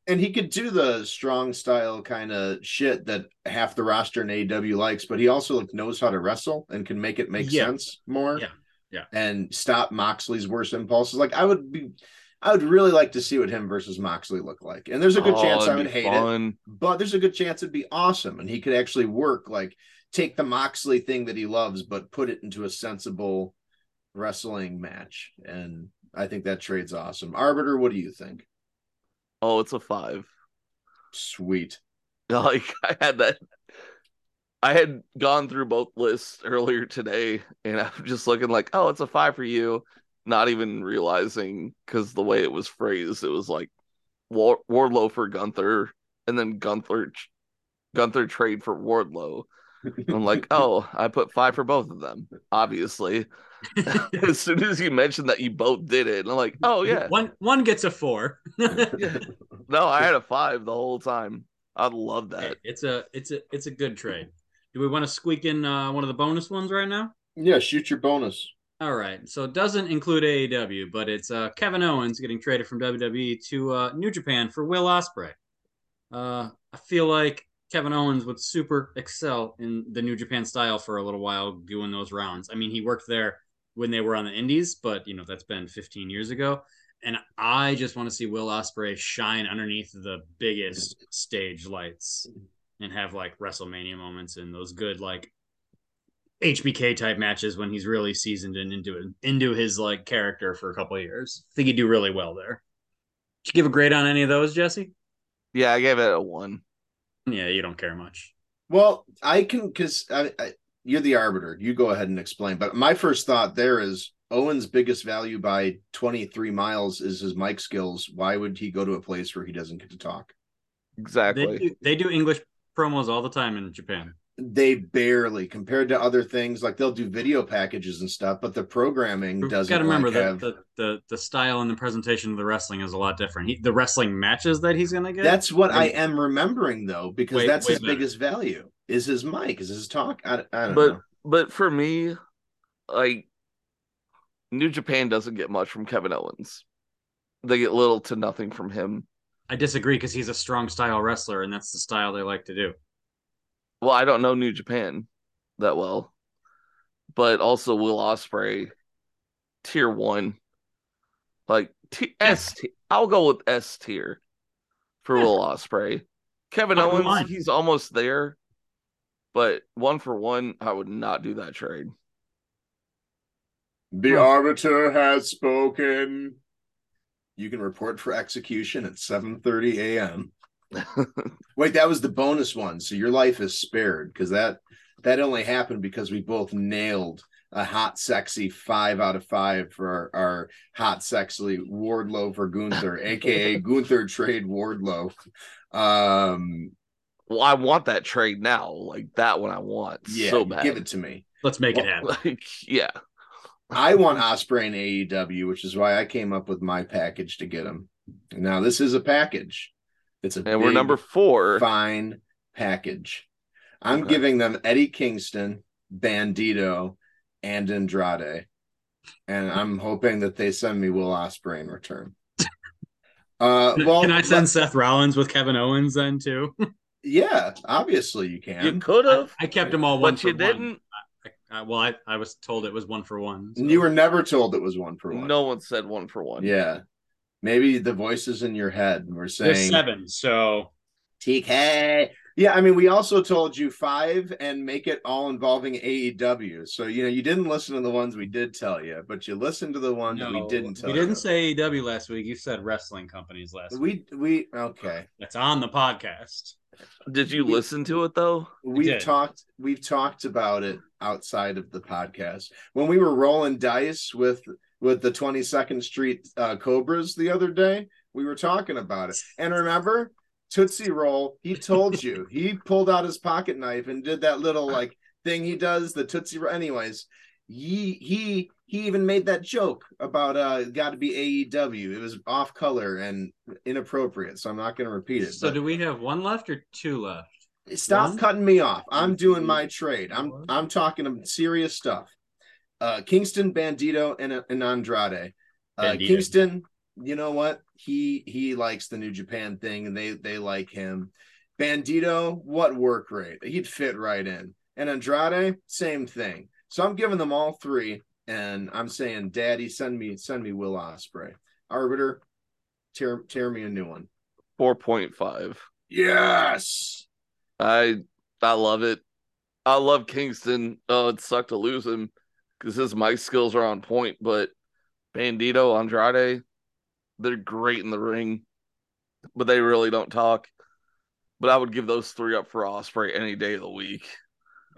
Speaker 4: and he could do the strong style kind of shit that half the roster in AW likes, but he also like knows how to wrestle and can make it make
Speaker 5: Yeah.
Speaker 4: sense more.
Speaker 5: Yeah. Yeah.
Speaker 4: And stop Moxley's worst impulses. Like I would be I would really like to see what him versus Moxley look like. And there's a good
Speaker 1: Oh,
Speaker 4: chance I
Speaker 1: it'd
Speaker 4: would
Speaker 1: be
Speaker 4: hate it,
Speaker 1: fun.
Speaker 4: but there's a good chance it'd be awesome and he could actually work like take the Moxley thing that he loves, but put it into a sensible wrestling match. And I think that trade's awesome. Arbiter, what do you think?
Speaker 1: Oh, it's a five.
Speaker 4: Sweet.
Speaker 1: Like I had that. I had gone through both lists earlier today, and I'm just looking like, oh, it's a five for you, not even realizing because the way it was phrased, it was like War- Wardlow for Gunther, and then Gunther Gunther trade for Wardlow. I'm like, oh, I put five for both of them, obviously. as soon as you mentioned that you both did it, and I'm like, oh yeah.
Speaker 5: One one gets a four.
Speaker 1: No, I had a five the whole time. I love that.
Speaker 5: it's a it's a it's a good trade. Do we want to squeak in uh, one of the bonus ones right now?
Speaker 4: Yeah, shoot your bonus.
Speaker 5: All right. So it doesn't include AEW, but it's uh, Kevin Owens getting traded from WWE to uh, New Japan for Will Ospreay. Uh, I feel like Kevin Owens would super excel in the New Japan style for a little while doing those rounds. I mean, he worked there when they were on the Indies, but you know that's been 15 years ago. And I just want to see Will Ospreay shine underneath the biggest stage lights and have like WrestleMania moments and those good like HBK type matches when he's really seasoned and into into his like character for a couple of years. I think he'd do really well there. Did you give a grade on any of those, Jesse?
Speaker 1: Yeah, I gave it a one.
Speaker 5: Yeah, you don't care much.
Speaker 4: Well, I can because I, I, you're the arbiter. You go ahead and explain. But my first thought there is Owen's biggest value by 23 miles is his mic skills. Why would he go to a place where he doesn't get to talk?
Speaker 1: Exactly.
Speaker 5: They do, they do English promos all the time in Japan.
Speaker 4: They barely compared to other things like they'll do video packages and stuff, but the programming
Speaker 5: You've
Speaker 4: doesn't.
Speaker 5: got to remember
Speaker 4: like,
Speaker 5: that
Speaker 4: have-
Speaker 5: the, the the style and the presentation of the wrestling is a lot different. He, the wrestling matches that he's gonna get.
Speaker 4: That's what I am remembering though, because
Speaker 5: Way-
Speaker 4: that's
Speaker 5: way
Speaker 4: his
Speaker 5: better.
Speaker 4: biggest value is his mic, is his talk. I, I don't
Speaker 1: But
Speaker 4: know.
Speaker 1: but for me, like New Japan doesn't get much from Kevin Owens. They get little to nothing from him.
Speaker 5: I disagree because he's a strong style wrestler, and that's the style they like to do.
Speaker 1: Well, I don't know New Japan that well, but also Will Osprey, tier one, like T- S. T- I'll go with S tier for
Speaker 5: Yeah.
Speaker 1: Will Osprey. Kevin
Speaker 5: Bottom
Speaker 1: Owens,
Speaker 5: line.
Speaker 1: he's almost there, but one for one, I would not do that trade.
Speaker 4: The arbiter has spoken. You can report for execution at 7:30 a.m. Wait, that was the bonus one. So your life is spared because that that only happened because we both nailed a hot sexy five out of five for our, our hot sexy Wardlow for Gunther, aka Gunther trade Wardlow. Um
Speaker 1: Well, I want that trade now. Like that one, I want
Speaker 4: yeah,
Speaker 1: so bad.
Speaker 4: give it to me.
Speaker 5: Let's make it
Speaker 1: Well,
Speaker 5: happen.
Speaker 1: Like, yeah,
Speaker 4: I want Osprey and AEW, which is why I came up with my package to get him. Now this is a package. It's a
Speaker 1: and we're
Speaker 4: big,
Speaker 1: number four.
Speaker 4: fine package. I'm
Speaker 1: Okay.
Speaker 4: giving them Eddie Kingston, Bandito, and Andrade, and I'm hoping that they send me Will Osprey in return. Uh, well,
Speaker 5: can I send
Speaker 4: let-
Speaker 5: Seth Rollins with Kevin Owens then too?
Speaker 4: yeah, obviously you can.
Speaker 1: You could
Speaker 5: I,
Speaker 1: have,
Speaker 5: I kept them all one
Speaker 1: but
Speaker 5: for
Speaker 1: you
Speaker 5: one.
Speaker 1: didn't.
Speaker 5: I, well, I, I was told it was one for one. so-
Speaker 4: You were never told it was one for one.
Speaker 1: No one said one for one.
Speaker 4: yeah, maybe the voices in your head were saying
Speaker 5: There's seven, so
Speaker 4: TK. Yeah, I mean, we also told you five and make it all involving AEW. So you know, you didn't listen to the ones we did tell you, but you listened to the ones we didn't tell.
Speaker 5: We didn't
Speaker 4: you.
Speaker 5: say AEW last week. You said wrestling companies last week.
Speaker 4: we we okay.
Speaker 5: That's on the podcast.
Speaker 1: Did you listen to it though?
Speaker 4: We've
Speaker 5: did.
Speaker 4: talked we've talked about it outside of the podcast when we were rolling dice with with the Twenty Second Street uh, Cobras the other day. We were talking about it, and remember Tootsie Roll? He told you he pulled out his pocket knife and did that little
Speaker 5: Uh.
Speaker 4: like thing he does the Tootsie Roll. Anyways, he he he even made that joke about uh got to be AEW. It was off color and inappropriate, so I'm not going to repeat it.
Speaker 5: So
Speaker 4: but-
Speaker 5: do we have one left or two left?
Speaker 4: Stop
Speaker 5: One,
Speaker 4: cutting me off. I'm
Speaker 5: two,
Speaker 4: doing my trade. I'm
Speaker 5: four.
Speaker 4: I'm talking of serious stuff. Uh, Kingston, Bandito, and, and Andrade. Uh,
Speaker 5: Bandito.
Speaker 4: Kingston, you know what? He he likes the New Japan thing, and they they like him. Bandito, what work rate? He'd fit right in. And Andrade, same thing. So I'm giving them all three, and I'm saying, Daddy, send me send me Will Osprey. Arbiter, tear tear me a new one.
Speaker 1: Four point five.
Speaker 4: Yes.
Speaker 1: I I love it. I love Kingston. Uh, it sucked to lose him because his mic skills are on point. But Bandito Andrade, they're great in the ring, but they really don't talk. But I would give those three up for Osprey any day of the week.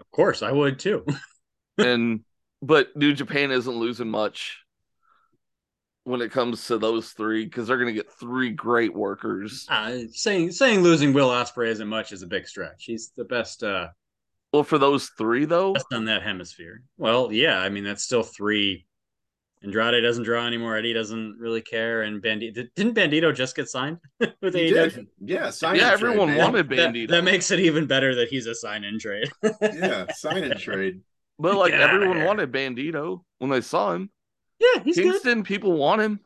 Speaker 5: Of course, I would too.
Speaker 1: and but New Japan isn't losing much when it comes to those three because they're going to get three great workers.
Speaker 5: Uh, saying saying losing Will Osprey isn't much is a big stretch. He's the best uh,
Speaker 1: Well, for those three though,
Speaker 5: best on that hemisphere. Well, yeah, I mean that's still three. Andrade doesn't draw anymore. Eddie doesn't really care, and Bandito didn't Bandito just get signed with E
Speaker 4: He
Speaker 5: AEW?
Speaker 4: did. Yeah, sign
Speaker 1: yeah,
Speaker 4: and
Speaker 1: everyone
Speaker 4: trade, man.
Speaker 1: wanted
Speaker 5: That,
Speaker 1: Bandito.
Speaker 5: that makes it even better that he's a sign in trade.
Speaker 4: Yeah, sign and trade.
Speaker 1: But like
Speaker 5: Get outta
Speaker 1: everyone
Speaker 5: here.
Speaker 1: wanted Bandito when they saw him.
Speaker 5: Yeah, he's good.
Speaker 1: Kingston, people want him.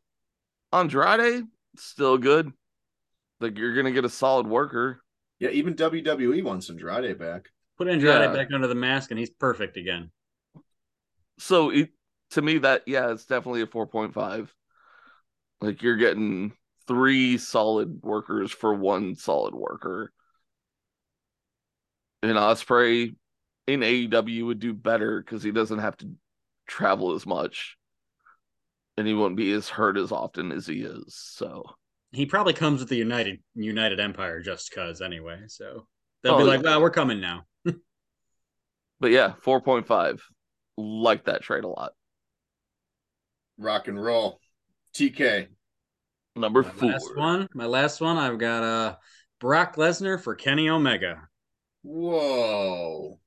Speaker 1: Andrade, still good. Like you're gonna get a solid worker.
Speaker 4: Yeah, even WWE wants Andrade back.
Speaker 5: Put Andrade
Speaker 1: Yeah.
Speaker 5: back under the mask, and he's perfect again.
Speaker 1: So it, to me, that yeah, it's definitely a four point five. Like you're getting three solid workers for one solid worker. And Osprey in AEW would do better because he doesn't have to travel as much, and he won't be as hurt as often as he is. So
Speaker 5: He probably comes with the United United Empire just cause anyway. So they'll be
Speaker 1: Oh,
Speaker 5: like,
Speaker 1: yeah.
Speaker 5: "Well, we're coming now."
Speaker 1: But yeah, 4.5. Like that trade a lot.
Speaker 4: Rock and roll. TK.
Speaker 1: Number
Speaker 5: my
Speaker 1: four.
Speaker 5: last one. My last one. I've got uh Brock Lesnar for Kenny Omega.
Speaker 4: Whoa.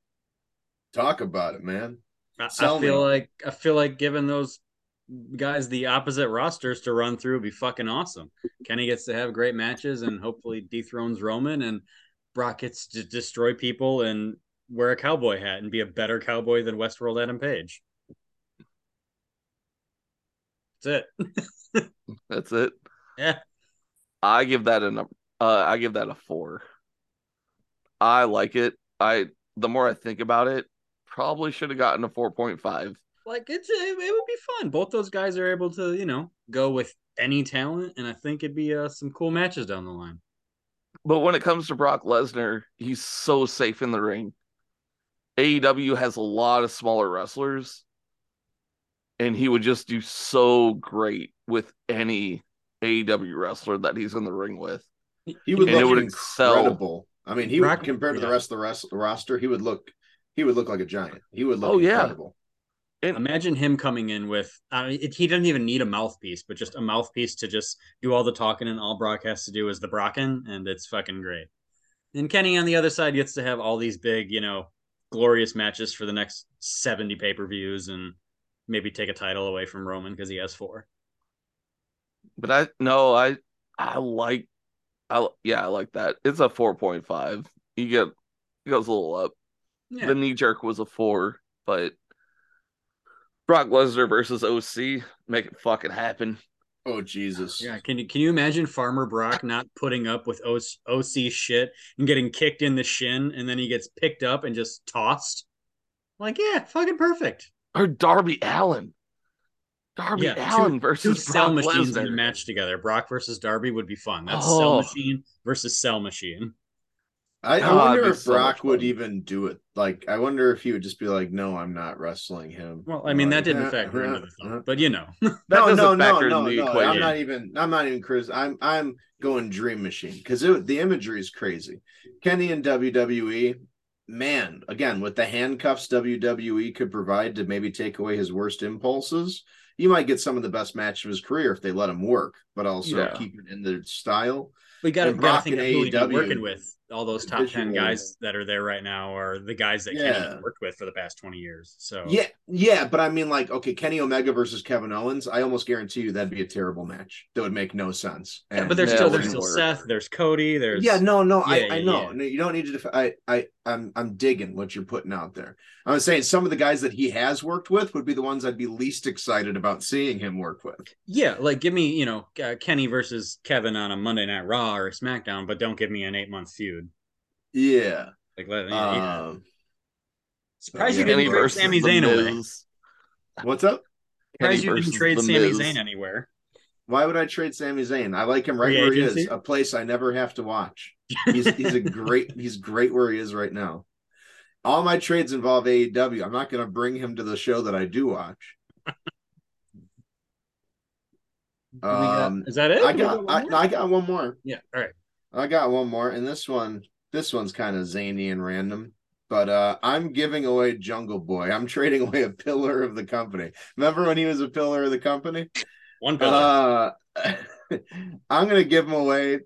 Speaker 4: Talk about it, man.
Speaker 5: I, I
Speaker 4: Sell
Speaker 5: feel
Speaker 4: me.
Speaker 5: like I feel like giving those guys the opposite rosters to run through would be fucking awesome. Kenny gets to have great matches and hopefully dethrones Roman, and Brock gets to destroy people and wear a cowboy hat and be a better cowboy than Westworld Adam Page. That's it.
Speaker 1: That's it.
Speaker 5: Yeah.
Speaker 1: I give that a number uh I give that a four. I like it. I the more I think about it, probably should have gotten a 4.5.
Speaker 5: Like it's it, it would be fun. Both those guys are able to you know go with any talent, and I think it'd be uh, some cool matches down the line.
Speaker 1: But when it comes to Brock Lesnar, he's so safe in the ring. AEW has a lot of smaller wrestlers, and he would just do so great with any AEW wrestler that he's in the ring with.
Speaker 4: He would
Speaker 1: And it
Speaker 4: look
Speaker 1: would excel.
Speaker 4: incredible. I mean, he
Speaker 5: Rock-
Speaker 4: would, compared to
Speaker 5: yeah.
Speaker 4: the rest of the rest, roster, he would look he would look like a giant. He would look
Speaker 1: Oh, yeah.
Speaker 4: incredible.
Speaker 5: Imagine him coming in with, I mean, it, he doesn't even need a mouthpiece, but just a mouthpiece to just do all the talking, and all Brock has to do is the Brockin, and it's fucking great. And Kenny on the other side gets to have all these big, you know, glorious matches for the next 70 pay per views and maybe take a title away from Roman because he has four.
Speaker 1: But I no, I I like I yeah, I like that. It's a 4.5. You get it goes a little up.
Speaker 5: Yeah.
Speaker 1: The knee jerk was a four, but Brock Lesnar versus OC, make it fucking happen.
Speaker 4: Oh Jesus.
Speaker 5: Yeah, can you can you imagine Farmer Brock not putting up with OC, OC shit and getting kicked in the shin, and then he gets picked up and just tossed? Like, yeah, fucking perfect.
Speaker 1: or Darby Allen. Darby
Speaker 5: Yeah, two-
Speaker 1: Allen
Speaker 5: two
Speaker 1: versus
Speaker 5: cell
Speaker 1: Brock
Speaker 5: machines in a
Speaker 1: Lesnar.
Speaker 5: match together. Brock versus Darby would be fun. That's
Speaker 1: Oh.
Speaker 5: cell machine versus cell machine.
Speaker 4: I, I
Speaker 1: Oh,
Speaker 4: wonder
Speaker 1: that'd be
Speaker 4: if
Speaker 1: so
Speaker 4: Brock
Speaker 1: much
Speaker 4: would
Speaker 1: fun.
Speaker 4: even do it. Like, I wonder if he would just be like, "No, I'm not wrestling him."
Speaker 5: Well, I mean
Speaker 4: Like,
Speaker 5: that didn't
Speaker 4: "Uh,
Speaker 5: factor into
Speaker 4: uh,
Speaker 5: the
Speaker 4: uh."
Speaker 5: thought, but you know,
Speaker 1: That
Speaker 4: no,
Speaker 1: doesn't
Speaker 4: no, no,
Speaker 1: factor
Speaker 4: no,
Speaker 1: into the
Speaker 4: no. I'm
Speaker 1: equation.
Speaker 4: not even. I'm not even Chris. I'm. I'm going Dream Machine because the imagery is crazy. Kenny and WWE, man, again with the handcuffs WWE could provide to maybe take away his worst impulses, you might get some of the best match of his career if they let him work, but also
Speaker 1: Yeah.
Speaker 4: keep it in their style.
Speaker 5: we got to
Speaker 4: And Brock
Speaker 5: think of
Speaker 4: and
Speaker 5: who he'd be
Speaker 4: AEW
Speaker 5: working with. All those top ten
Speaker 4: visually-
Speaker 5: guys that are there right now are the guys that Kenny
Speaker 4: Yeah.
Speaker 5: worked with for the past twenty years.
Speaker 1: Oh.
Speaker 5: So
Speaker 4: Yeah, yeah, but I mean, like, okay, Kenny Omega versus Kevin Owens. I almost guarantee you that'd be a terrible match. That would make no sense.
Speaker 5: Yeah,
Speaker 4: And
Speaker 5: but there's
Speaker 1: Yeah,
Speaker 5: still
Speaker 1: it
Speaker 5: there's
Speaker 1: wouldn't
Speaker 5: still
Speaker 1: work.
Speaker 5: Seth, there's Cody, there's
Speaker 4: yeah, no, no, I,
Speaker 5: Yeah,
Speaker 4: I
Speaker 5: yeah,
Speaker 4: know.
Speaker 5: yeah.
Speaker 4: No, you don't need to. Def- I, I, I'm, I'm digging what you're putting out there. I was saying some of the guys that he has worked with would be the ones I'd be least excited about seeing him work with.
Speaker 5: yeah. Like give me you know uh, Kenny versus Kevin on a Monday Night Raw or SmackDown, but don't give me an eight month feud.
Speaker 4: Yeah.
Speaker 5: Like let, yeah, yeah.
Speaker 4: Um,
Speaker 5: surprised
Speaker 4: yeah.
Speaker 5: you didn't
Speaker 4: Kenny
Speaker 5: trade
Speaker 4: versus
Speaker 5: Sami
Speaker 1: The
Speaker 5: Zayn away.
Speaker 1: Miz.
Speaker 4: what's up?
Speaker 1: Kenny
Speaker 5: Surprised you didn't
Speaker 1: versus
Speaker 5: trade
Speaker 1: The
Speaker 5: Sami
Speaker 1: Miz.
Speaker 5: Zayn anywhere.
Speaker 4: Why would I trade Sami Zayn? I like him right
Speaker 5: Free
Speaker 4: where he is.
Speaker 5: agency?
Speaker 4: A place I never have to watch. He's he's a great he's great where he is right now. All my trades involve AEW. I'm not going to bring him to the show that I do watch.
Speaker 5: We got-
Speaker 4: Um,
Speaker 5: is that it?
Speaker 4: I
Speaker 5: We
Speaker 4: got
Speaker 5: one
Speaker 4: I,
Speaker 5: more?
Speaker 4: no, I got one more.
Speaker 5: yeah. All right.
Speaker 4: I got one more, and this one, this one's kind of zany and random. But uh, I'm giving away Jungle Boy. I'm trading away a pillar of the company. Remember when he was a pillar of the company?
Speaker 5: One pillar.
Speaker 4: Uh, I'm gonna give him away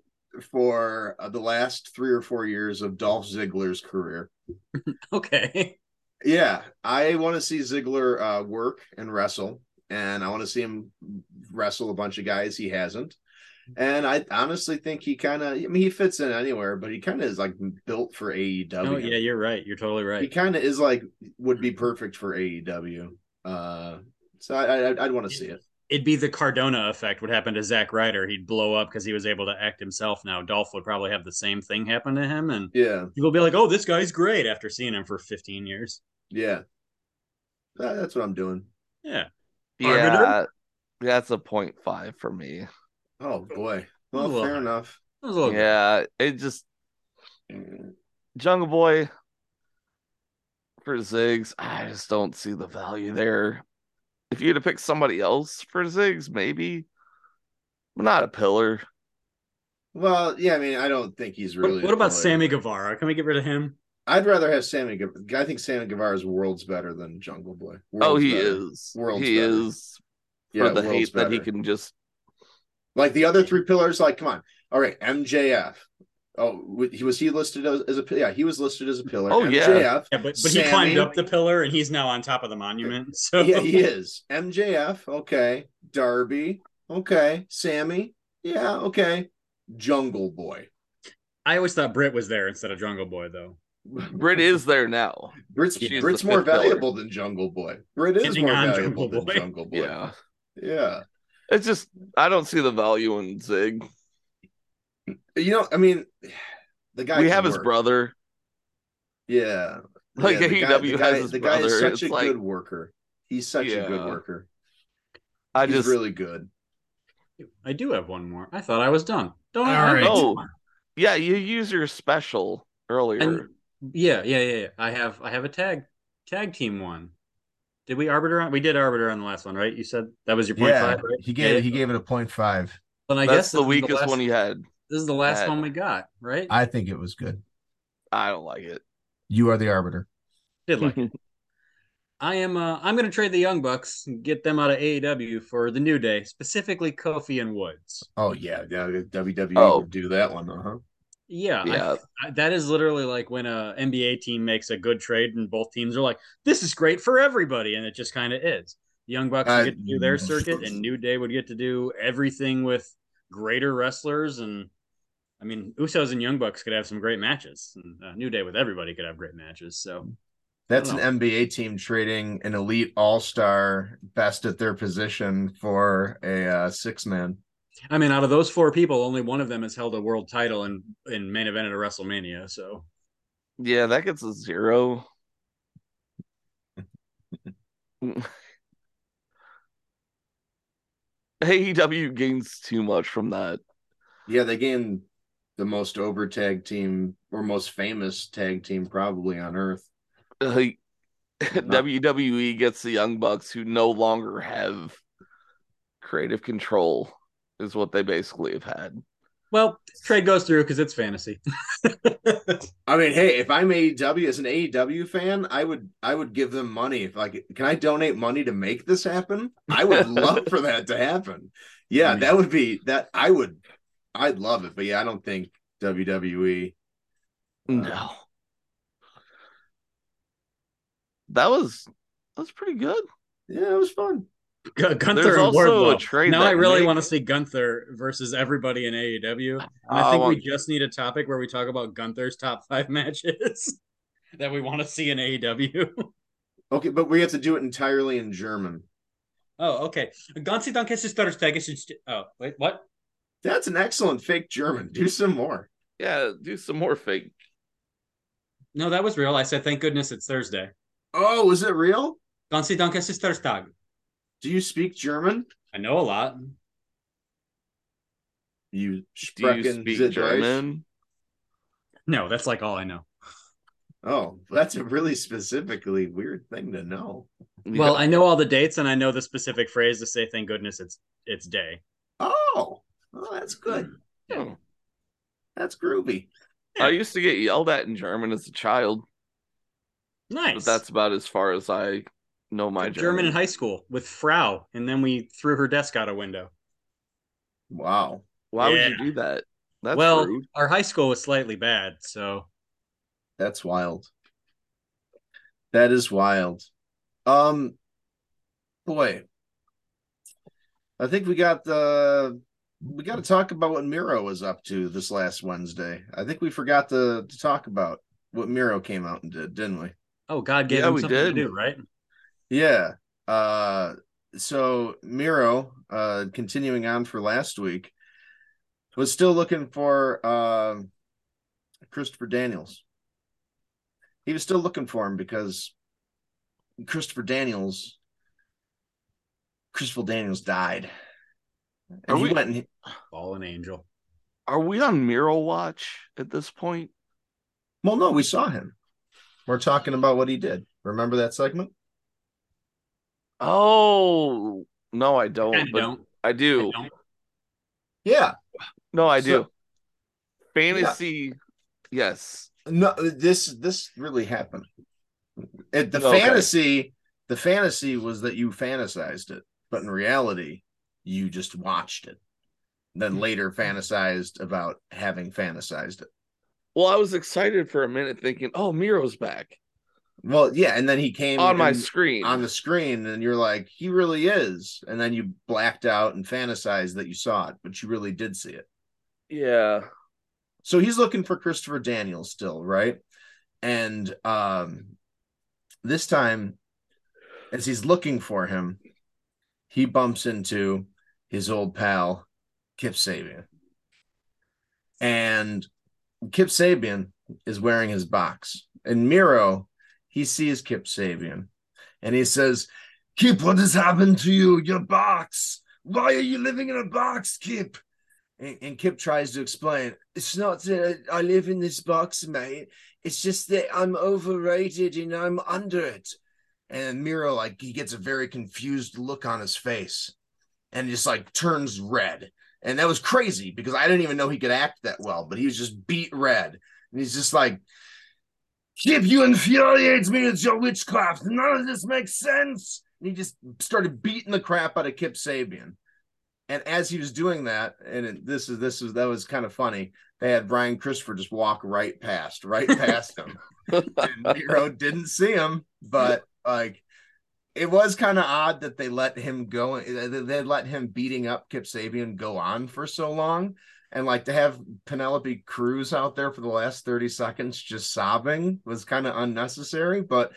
Speaker 4: for uh, the last three or four years of Dolph Ziggler's career.
Speaker 5: okay.
Speaker 4: Yeah, I want to see Ziggler uh, work and wrestle, and I want to see him wrestle a bunch of guys he hasn't. And I honestly think he kind of, I mean, he fits in anywhere, but he kind of is like built for AEW.
Speaker 5: Oh yeah, you're right. You're totally
Speaker 4: he
Speaker 5: right.
Speaker 4: kind of is like would be perfect for AEW. Uh, so I, I, I'd want to see it.
Speaker 5: It'd be the Cardona effect. What happened to Zack Ryder? He'd blow up because he was able to act himself. Now Dolph would probably have the same thing happen to him, and
Speaker 4: Yeah,
Speaker 5: people be like, "Oh, this guy's great" after seeing him for 15 years.
Speaker 4: yeah, That- that's what I'm doing.
Speaker 5: Yeah.
Speaker 1: Yeah, that's a point five for me.
Speaker 4: Oh boy. Well,
Speaker 5: Well,
Speaker 4: fair enough.
Speaker 5: That was a little
Speaker 1: Yeah, it just Jungle Boy for Ziggs. I just don't see the value there. If you'd have picked somebody else for Ziggs, maybe, but not a pillar.
Speaker 4: Well, yeah, I mean, I don't think he's
Speaker 5: What,
Speaker 4: really.
Speaker 5: what
Speaker 4: a
Speaker 5: about
Speaker 4: killer.
Speaker 5: Sammy Guevara? Can we get rid of him?
Speaker 4: I'd rather have Sammy. Guevara. I think Sammy Guevara's world's better than Jungle Boy.
Speaker 1: oh,
Speaker 4: World's
Speaker 1: he
Speaker 4: better.
Speaker 1: is.
Speaker 4: World's
Speaker 1: he
Speaker 4: better.
Speaker 1: is for the
Speaker 4: world's
Speaker 1: hate that he
Speaker 4: better.
Speaker 1: can just.
Speaker 4: Like the other three pillars, like come on, all right, MJF. Oh, w- he was he listed as, as a yeah he was listed as a pillar.
Speaker 1: Oh, yeah.
Speaker 4: MJF.
Speaker 5: Yeah, but, but he
Speaker 4: Sammy.
Speaker 5: climbed up the pillar and he's now on top of the monument. So
Speaker 4: yeah, he is MJF. Okay, Darby. Okay, Sammy. Yeah, okay, Jungle Boy.
Speaker 5: I always thought Britt was there instead of Jungle Boy, though.
Speaker 1: Britt is there now.
Speaker 4: Brit's,
Speaker 1: She's the
Speaker 4: Brit's more
Speaker 1: fifth pillar.
Speaker 4: valuable than Jungle Boy. Brit is
Speaker 5: Hitting
Speaker 4: more
Speaker 5: on
Speaker 4: valuable
Speaker 5: Jungle
Speaker 4: than
Speaker 5: Boy.
Speaker 4: Jungle Boy.
Speaker 1: Yeah.
Speaker 4: yeah.
Speaker 1: It's just I don't see the value in Zig.
Speaker 4: You know, I mean, the guy
Speaker 1: we
Speaker 4: can
Speaker 1: have his
Speaker 4: work.
Speaker 1: brother.
Speaker 4: Yeah.
Speaker 1: Like,
Speaker 4: yeah,
Speaker 1: AEW has his
Speaker 4: the guy is
Speaker 1: brother.
Speaker 4: such
Speaker 1: It's
Speaker 4: a
Speaker 1: like-
Speaker 4: good worker. He's such a good
Speaker 1: Yeah.
Speaker 4: worker.
Speaker 1: I
Speaker 4: He's
Speaker 1: just
Speaker 4: really good.
Speaker 5: I do have one more. I thought I was done. Don't I
Speaker 7: All
Speaker 5: have
Speaker 7: right.
Speaker 5: one more?
Speaker 1: yeah, you use your special earlier.
Speaker 5: And yeah, yeah, yeah, yeah. I have I have a tag tag team one. Did we arbiter on? We did arbiter on the last one, right? You said that was your point
Speaker 8: yeah,
Speaker 5: five, right?
Speaker 8: he gave he gave it a point five.
Speaker 5: But I
Speaker 1: That's
Speaker 5: guess
Speaker 1: the
Speaker 5: this is
Speaker 1: weakest
Speaker 5: last-
Speaker 1: one he had.
Speaker 5: This is the last
Speaker 1: had.
Speaker 5: one we got, right?
Speaker 8: I think it was good.
Speaker 1: I don't like it.
Speaker 8: You are the arbiter.
Speaker 5: did like. it. I am. Uh, I'm going to trade the Young Bucks and get them out of AEW for the New Day, specifically Kofi and Woods.
Speaker 4: Oh yeah, yeah. WWE
Speaker 1: Oh.
Speaker 4: would do that one, uh-huh.
Speaker 5: Yeah, I
Speaker 1: yeah.
Speaker 5: I- that is literally like when a NBA team makes a good trade and both teams are like, "This is great for everybody," and it just kind of is. The Young Bucks would
Speaker 4: I-
Speaker 5: get to do their circuit, and New Day would get to do everything with greater wrestlers. And I mean, Usos and Young Bucks could have some great matches. And, uh, New Day with everybody could have great matches. So
Speaker 4: That's
Speaker 5: I
Speaker 4: an
Speaker 1: Oh.
Speaker 5: don't
Speaker 4: NBA team trading an elite all-star best at their position for a uh, six man.
Speaker 5: I mean, out of those four people, only one of them has held a world title and in main event at a WrestleMania. So
Speaker 1: Yeah, that gets a zero. AEW E gains too much from that.
Speaker 4: Yeah, they gained the most over tag team or most famous tag team probably on earth.
Speaker 1: Like, WWE gets the Young Bucks who no longer have creative control, is what they basically have had.
Speaker 5: well, trade goes through because it's fantasy.
Speaker 4: I mean, hey, if I'm AEW as an AEW fan, I would I would give them money. If like, can I donate money to make this happen? I would love for that to happen. Yeah,
Speaker 5: I
Speaker 1: Mm-hmm.
Speaker 5: mean-
Speaker 4: that would be that. I would, I'd love it. But yeah, I don't think E, WWE.
Speaker 1: No. That was that was pretty good.
Speaker 4: Yeah, it was fun.
Speaker 5: Gu- Gunther
Speaker 1: There's
Speaker 5: and
Speaker 1: also
Speaker 5: Wardlow.
Speaker 1: a trade
Speaker 5: now
Speaker 1: that
Speaker 5: I really
Speaker 1: Nick-
Speaker 5: want to see Gunther versus everybody in AEW. And
Speaker 1: I
Speaker 5: I think we
Speaker 1: want-
Speaker 5: just need a topic where we talk about Gunther's top five matches that we want to see in E AEW.
Speaker 4: Okay, but we have to do it entirely in German.
Speaker 5: oh, okay. Gunther Dunkes is Thursday. Oh, wait, what?
Speaker 4: That's an excellent fake German. Do some more.
Speaker 1: Yeah, do some more fake.
Speaker 5: No, that was real. I said, thank goodness it's Thursday.
Speaker 4: Oh, is it real?
Speaker 5: Gunther Dunkes is Thursday.
Speaker 4: Do you speak German?
Speaker 5: I know a lot.
Speaker 4: You
Speaker 1: Do you
Speaker 4: sprechen
Speaker 1: speak
Speaker 4: Sie Deutsch?
Speaker 1: German?
Speaker 5: No, that's like all I know.
Speaker 4: Oh, that's a really specifically weird thing to know.
Speaker 5: Well, I know all the dates and I know the specific phrase to say thank goodness it's it's day.
Speaker 4: Oh, oh that's good.
Speaker 1: Yeah.
Speaker 4: That's groovy.
Speaker 1: I used to get yelled at in German as a child,
Speaker 5: Nice.
Speaker 1: but that's about as far as I know my
Speaker 5: German. in high school with Frau, and then we threw her desk out a window.
Speaker 4: Wow.
Speaker 1: Why
Speaker 5: Yeah.
Speaker 1: would you do that? That's
Speaker 5: well,
Speaker 1: rude.
Speaker 5: our high school was slightly bad, so
Speaker 4: That's wild. That is wild. Um boy. I think we got the we got to talk about what Miro was up to this last Wednesday. I think we forgot to, to talk about what Miro came out and did, didn't we?
Speaker 5: oh God gave
Speaker 1: Yeah,
Speaker 5: him
Speaker 1: we
Speaker 5: something
Speaker 1: did.
Speaker 5: to do, right?
Speaker 4: Yeah. Uh so Miro, uh continuing on for last week, was still looking for um Christopher Daniels. He was still looking for him because Christopher Daniels Christopher Daniels died. And
Speaker 1: Are
Speaker 4: he
Speaker 1: we-
Speaker 4: went and
Speaker 5: Fallen angel.
Speaker 1: Are we on Miro Watch at this point?
Speaker 4: well no, we saw him.
Speaker 9: We're talking about what he did. Remember that segment?
Speaker 1: Oh no, I don't.
Speaker 5: Kinda
Speaker 1: but
Speaker 5: don't.
Speaker 1: I
Speaker 5: I
Speaker 1: do.
Speaker 5: don't.
Speaker 9: Yeah.
Speaker 1: no, I
Speaker 9: So-
Speaker 1: do. Fantasy, yes.
Speaker 4: No, this this really happened. It, the
Speaker 1: Okay.
Speaker 4: fantasy, the fantasy was that you fantasized it, but in reality, you just watched it.
Speaker 1: Hmm.
Speaker 4: Then later fantasized about having fantasized it.
Speaker 1: Well, I was excited for a minute, thinking, "Oh, Miro's back
Speaker 4: Well, yeah, and then he came
Speaker 1: on my
Speaker 4: and-
Speaker 1: screen."
Speaker 4: on the screen, and you're like, he really is. And then you blacked out and fantasized that you saw it, but you really did see it.
Speaker 1: yeah,
Speaker 4: so he's looking for Christopher Daniels still, right? And um this time as he's looking for him, he bumps into his old pal Kip Sabian. And Kip Sabian is wearing his box. And Miro, he sees Kip Sabian and he says, Kip, what has happened to you? Your box. Why are you living in a box, Kip? And, and Kip tries to explain, it's not that I I live in this box, mate. It's just that I'm overrated and I'm under it. And Miro, like, he gets a very confused look on his face and just like turns red. And that was crazy because I didn't even know he could act that well, but he was just beat red. And he's just like, Kip, you infuriates me with your witchcraft. None of this makes sense. And he just started beating the crap out of Kip Sabian and as he was doing that and it- this is this is that was kind of funny they had brian christopher just walk right past right past him and Miro didn't see him but like it was kind of odd that they let him go they they let him beating up kip sabian go on for so long and like to have penelope cruz out there for the last 30 seconds just sobbing was kind of unnecessary but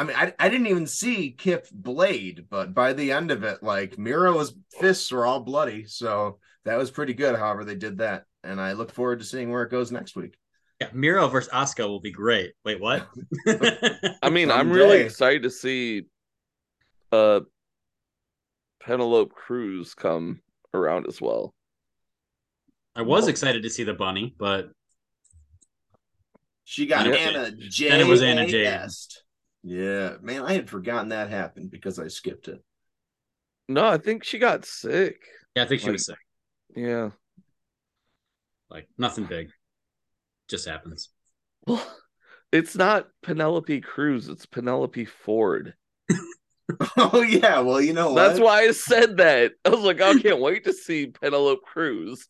Speaker 4: I mean, I, I didn't even see Kip blade, but by the end of it, like Miro's fists were all bloody. So that was pretty good. However, they did that, and I look forward to seeing where it goes next week.
Speaker 5: Yeah, Miro versus Asuka will be great. Wait, what?
Speaker 1: I mean, I'm really
Speaker 4: Someday.
Speaker 1: excited to see uh Penelope Cruz come around as well.
Speaker 5: I was excited to see the bunny, but
Speaker 4: She got
Speaker 1: Yep.
Speaker 4: Anna J.
Speaker 5: Then it was Anna Jay.
Speaker 4: J. Yeah, man, I had forgotten that happened because I skipped it.
Speaker 1: No, I think she got sick.
Speaker 5: yeah, I think she
Speaker 1: Like-
Speaker 5: was sick.
Speaker 1: Yeah.
Speaker 5: Like nothing big, just happens.
Speaker 1: Well, it's not Penelope Cruz, it's Penelope Ford.
Speaker 4: oh yeah, well you know
Speaker 1: That's
Speaker 4: what?
Speaker 1: why I said that. I was like, I can't wait to see Penelope Cruz.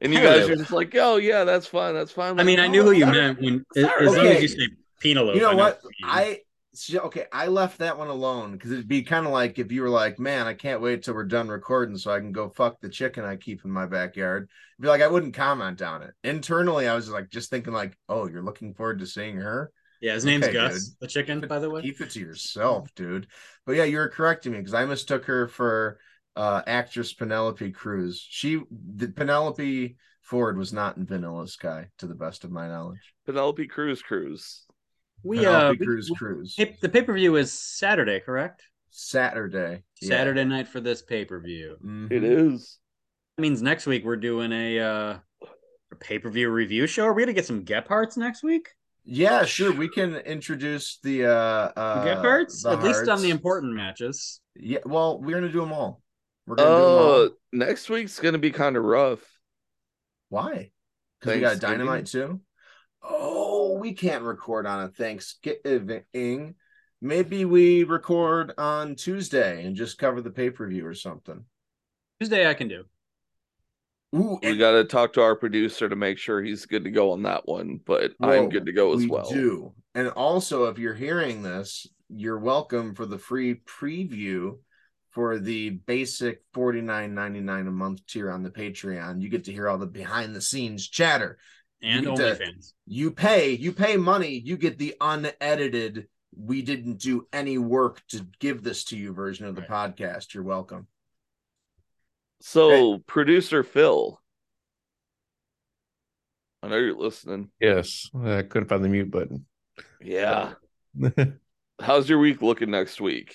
Speaker 1: And you guys are just like, oh, yeah, that's fine. That's fine.
Speaker 5: I mean, I knew who you meant when as as long as
Speaker 4: Okay.
Speaker 5: you say Penelope.
Speaker 4: You know
Speaker 5: I
Speaker 4: what?
Speaker 5: who you mean.
Speaker 4: I so- okay, I left that one alone because it'd be kind of like if you were like, "Man, I can't wait till we're done recording so I can go fuck the chicken I keep in my backyard." I'd be like, I wouldn't comment on it. Internally, I was like just thinking like, "Oh, you're looking forward to seeing her."
Speaker 5: yeah, his name's
Speaker 4: okay,
Speaker 5: Gus,
Speaker 4: dude.
Speaker 5: the chicken, by the way.
Speaker 4: Keep it to yourself, dude. But yeah, you were correcting me because I mistook her for uh actress Penelope Cruz. She the Penelope Ford was not in Vanilla Sky, to the best of my knowledge.
Speaker 1: Penelope Cruz Cruz.
Speaker 5: We uh,
Speaker 4: Penelope Cruz Cruz.
Speaker 5: we- the pay per view is Saturday, correct?
Speaker 4: Saturday. Yeah.
Speaker 5: Saturday night for this pay per view.
Speaker 4: Mhm.
Speaker 1: It
Speaker 5: Mm-hmm.
Speaker 1: is.
Speaker 5: That means next week we're doing a uh, a pay per view review show. Are we gonna get some Gephards next week?
Speaker 4: Yeah, sure. We can introduce the uh, uh
Speaker 5: Giffords,
Speaker 4: the
Speaker 5: at least on
Speaker 4: hearts.
Speaker 5: the important matches.
Speaker 4: Yeah, well, we're gonna do them all. We're gonna do
Speaker 1: Oh,
Speaker 4: them all.
Speaker 1: next week's gonna be kind of rough.
Speaker 4: Why? Because we got
Speaker 1: Thanksgiving?
Speaker 4: dynamite too.
Speaker 10: Oh, we can't record on a
Speaker 4: Thanksgiving. Maybe we record on Tuesday and just cover the pay per view or something.
Speaker 5: Tuesday I can do.
Speaker 4: Ooh,
Speaker 1: We got to talk to our producer to make sure he's good to go on that one, but
Speaker 4: Whoa,
Speaker 1: I'm good to go as
Speaker 4: we
Speaker 1: well.
Speaker 4: do. And also, if you're hearing this, you're welcome for the free preview for the basic $49.99 a month tier on the Patreon. You get to hear all the behind the scenes chatter.
Speaker 5: And
Speaker 4: You did.
Speaker 5: OnlyFans.
Speaker 4: You pay, you pay money, you get the unedited, we didn't do any work to give this to you version of the podcast. You're welcome.
Speaker 1: So, producer Phil, I know you're listening.
Speaker 11: Yes, Uh, I couldn't find the mute button.
Speaker 1: Yeah. Uh, How's your week looking next week?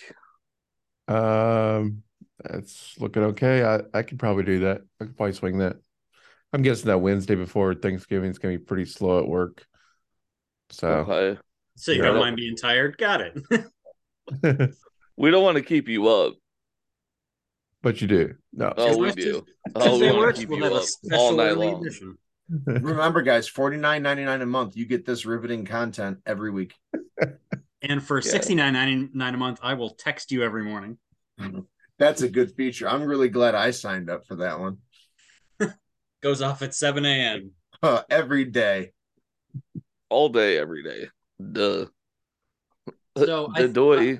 Speaker 11: um, that's looking okay. I I could probably do that. I could probably swing that. I'm guessing that Wednesday before Thanksgiving is gonna be pretty slow at work.
Speaker 5: Uh,
Speaker 11: So
Speaker 1: Okay.
Speaker 5: So you
Speaker 11: Yeah.
Speaker 5: don't mind being tired? Got it.
Speaker 1: We don't want to keep you up.
Speaker 11: but you do no.
Speaker 1: Oh, we
Speaker 5: much as-
Speaker 1: do. Oh, we
Speaker 5: Tuesday
Speaker 1: want
Speaker 5: works.
Speaker 1: to keep
Speaker 5: We'll
Speaker 1: you
Speaker 5: have a
Speaker 1: up all
Speaker 5: special
Speaker 1: night
Speaker 5: early
Speaker 1: long.
Speaker 5: edition.
Speaker 4: Remember, guys, $49.99 a month, you get this riveting content every week.
Speaker 5: And for
Speaker 1: Yeah.
Speaker 5: sixty nine ninety nine a month, I will text you every morning.
Speaker 4: That's a good feature. I'm really glad I signed up for that one.
Speaker 5: Goes off at seven a.m.
Speaker 4: Uh, every day.
Speaker 1: All day, every day. Duh.
Speaker 5: So I
Speaker 1: the
Speaker 5: th-
Speaker 1: doy.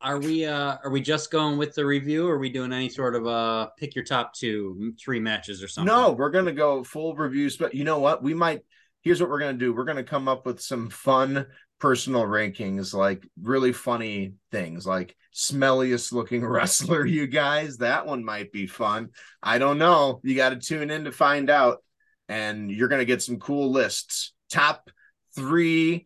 Speaker 5: Are we uh are we just going with the review? Or are we doing any sort of uh pick your top two, three matches or something?
Speaker 4: No, we're gonna go full reviews, but you know what? We might. Here's what we're gonna do. We're gonna come up with some fun personal rankings, like really funny things, like smelliest looking wrestler. You guys, that one might be fun. I don't know. You got to tune in to find out, and you're gonna get some cool lists. Top three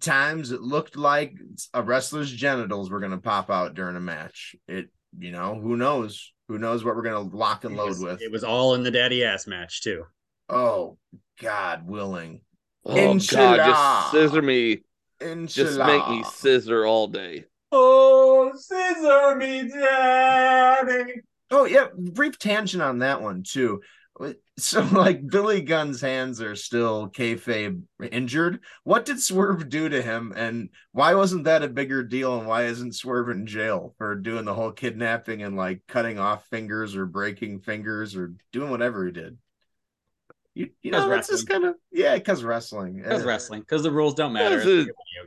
Speaker 4: times it looked like a wrestler's genitals were gonna pop out during a match. It, you know, who knows? Who knows what we're gonna lock and
Speaker 5: It
Speaker 4: load
Speaker 5: was-
Speaker 4: with?
Speaker 5: It was all in the daddy ass match too.
Speaker 4: Oh, God willing.
Speaker 1: Oh, God.
Speaker 4: Enchilada.
Speaker 1: Just scissor me. Just make me
Speaker 4: Inshallah.
Speaker 1: scissor all day.
Speaker 5: Oh, scissor me, daddy.
Speaker 4: Oh, yeah. Brief tangent on that one, too. So, like, Billy Gunn's hands are still kayfabe injured. What did Swerve do to him? And why wasn't that a bigger deal? And why isn't Swerve in jail for doing the whole kidnapping and like cutting off fingers or breaking fingers or doing whatever he did? You, you
Speaker 5: 'Cause
Speaker 4: know, it's just kind of, yeah, because wrestling.
Speaker 5: Because
Speaker 4: Eh.
Speaker 5: wrestling, because the rules don't matter. It's
Speaker 1: Yes, it-
Speaker 5: a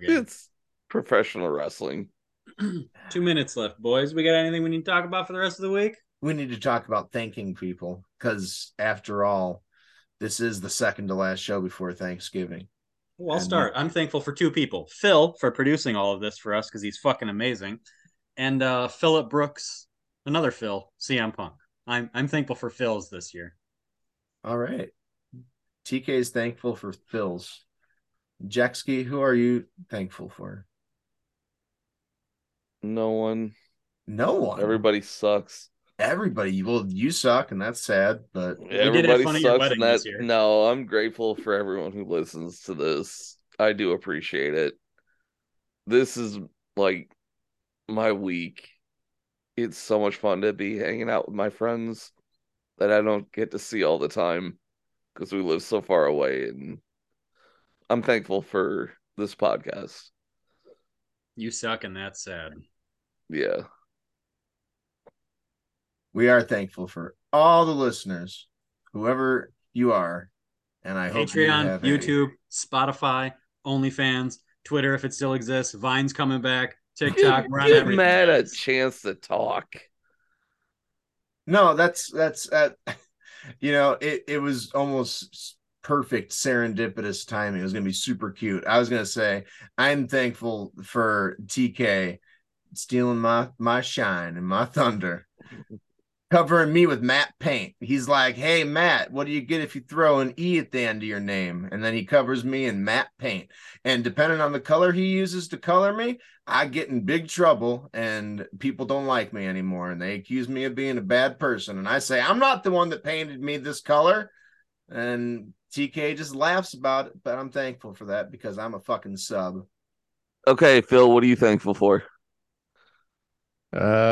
Speaker 5: video game.
Speaker 1: It's professional wrestling.
Speaker 5: Two minutes left, boys. We got anything we need to talk about for the rest of the week?
Speaker 4: we need to talk about thanking people because after all this is the second to last show before thanksgiving
Speaker 5: Well, I'll
Speaker 4: And-
Speaker 5: start. I'm thankful for two people: Phil for producing all of this for us because he's fucking amazing, and uh, Philip Brooks, another Phil, CM Punk. I'm I'm thankful for Phils this year.
Speaker 4: all right tk is thankful for phil's jacksky who are you thankful for
Speaker 1: No one.
Speaker 4: no one
Speaker 1: Everybody sucks.
Speaker 4: everybody well you suck and that's sad but
Speaker 5: did have
Speaker 1: Everybody
Speaker 5: fun at your
Speaker 1: sucks.
Speaker 5: wedding
Speaker 1: And that,
Speaker 5: this year.
Speaker 1: no, I'm grateful for everyone who listens to this. I do appreciate it. This is like my week. It's so much fun to be hanging out with my friends that I don't get to see all the time because we live so far away. And I'm thankful for this podcast.
Speaker 5: You suck, and that's sad.
Speaker 1: Yeah.
Speaker 4: we are thankful for all the listeners whoever you are and i hope you
Speaker 5: Patreon,
Speaker 4: have a-
Speaker 5: YouTube, Spotify, OnlyFans, Twitter if it still exists. Vine's coming back. TikTok. We're on
Speaker 1: Give
Speaker 5: everything.
Speaker 1: Matt a chance to talk.
Speaker 4: No, that's that's uh, you know, it it was almost s- perfect serendipitous timing. It was gonna be super cute. I was gonna say I'm thankful for TK stealing my my shine and my thunder, covering me with matte paint. He's like, "Hey Matt, what do you get if you throw an E at the end of your name?" And then he covers me in matte paint. And depending on the color he uses to color me, I get in big trouble and people don't like me anymore and they accuse me of being a bad person. And I say, I'm not the one that painted me this color. and TK just laughs about it. But I'm thankful for that because I'm a fucking sub.
Speaker 1: Okay, Phil, what are you thankful for?
Speaker 11: Uh,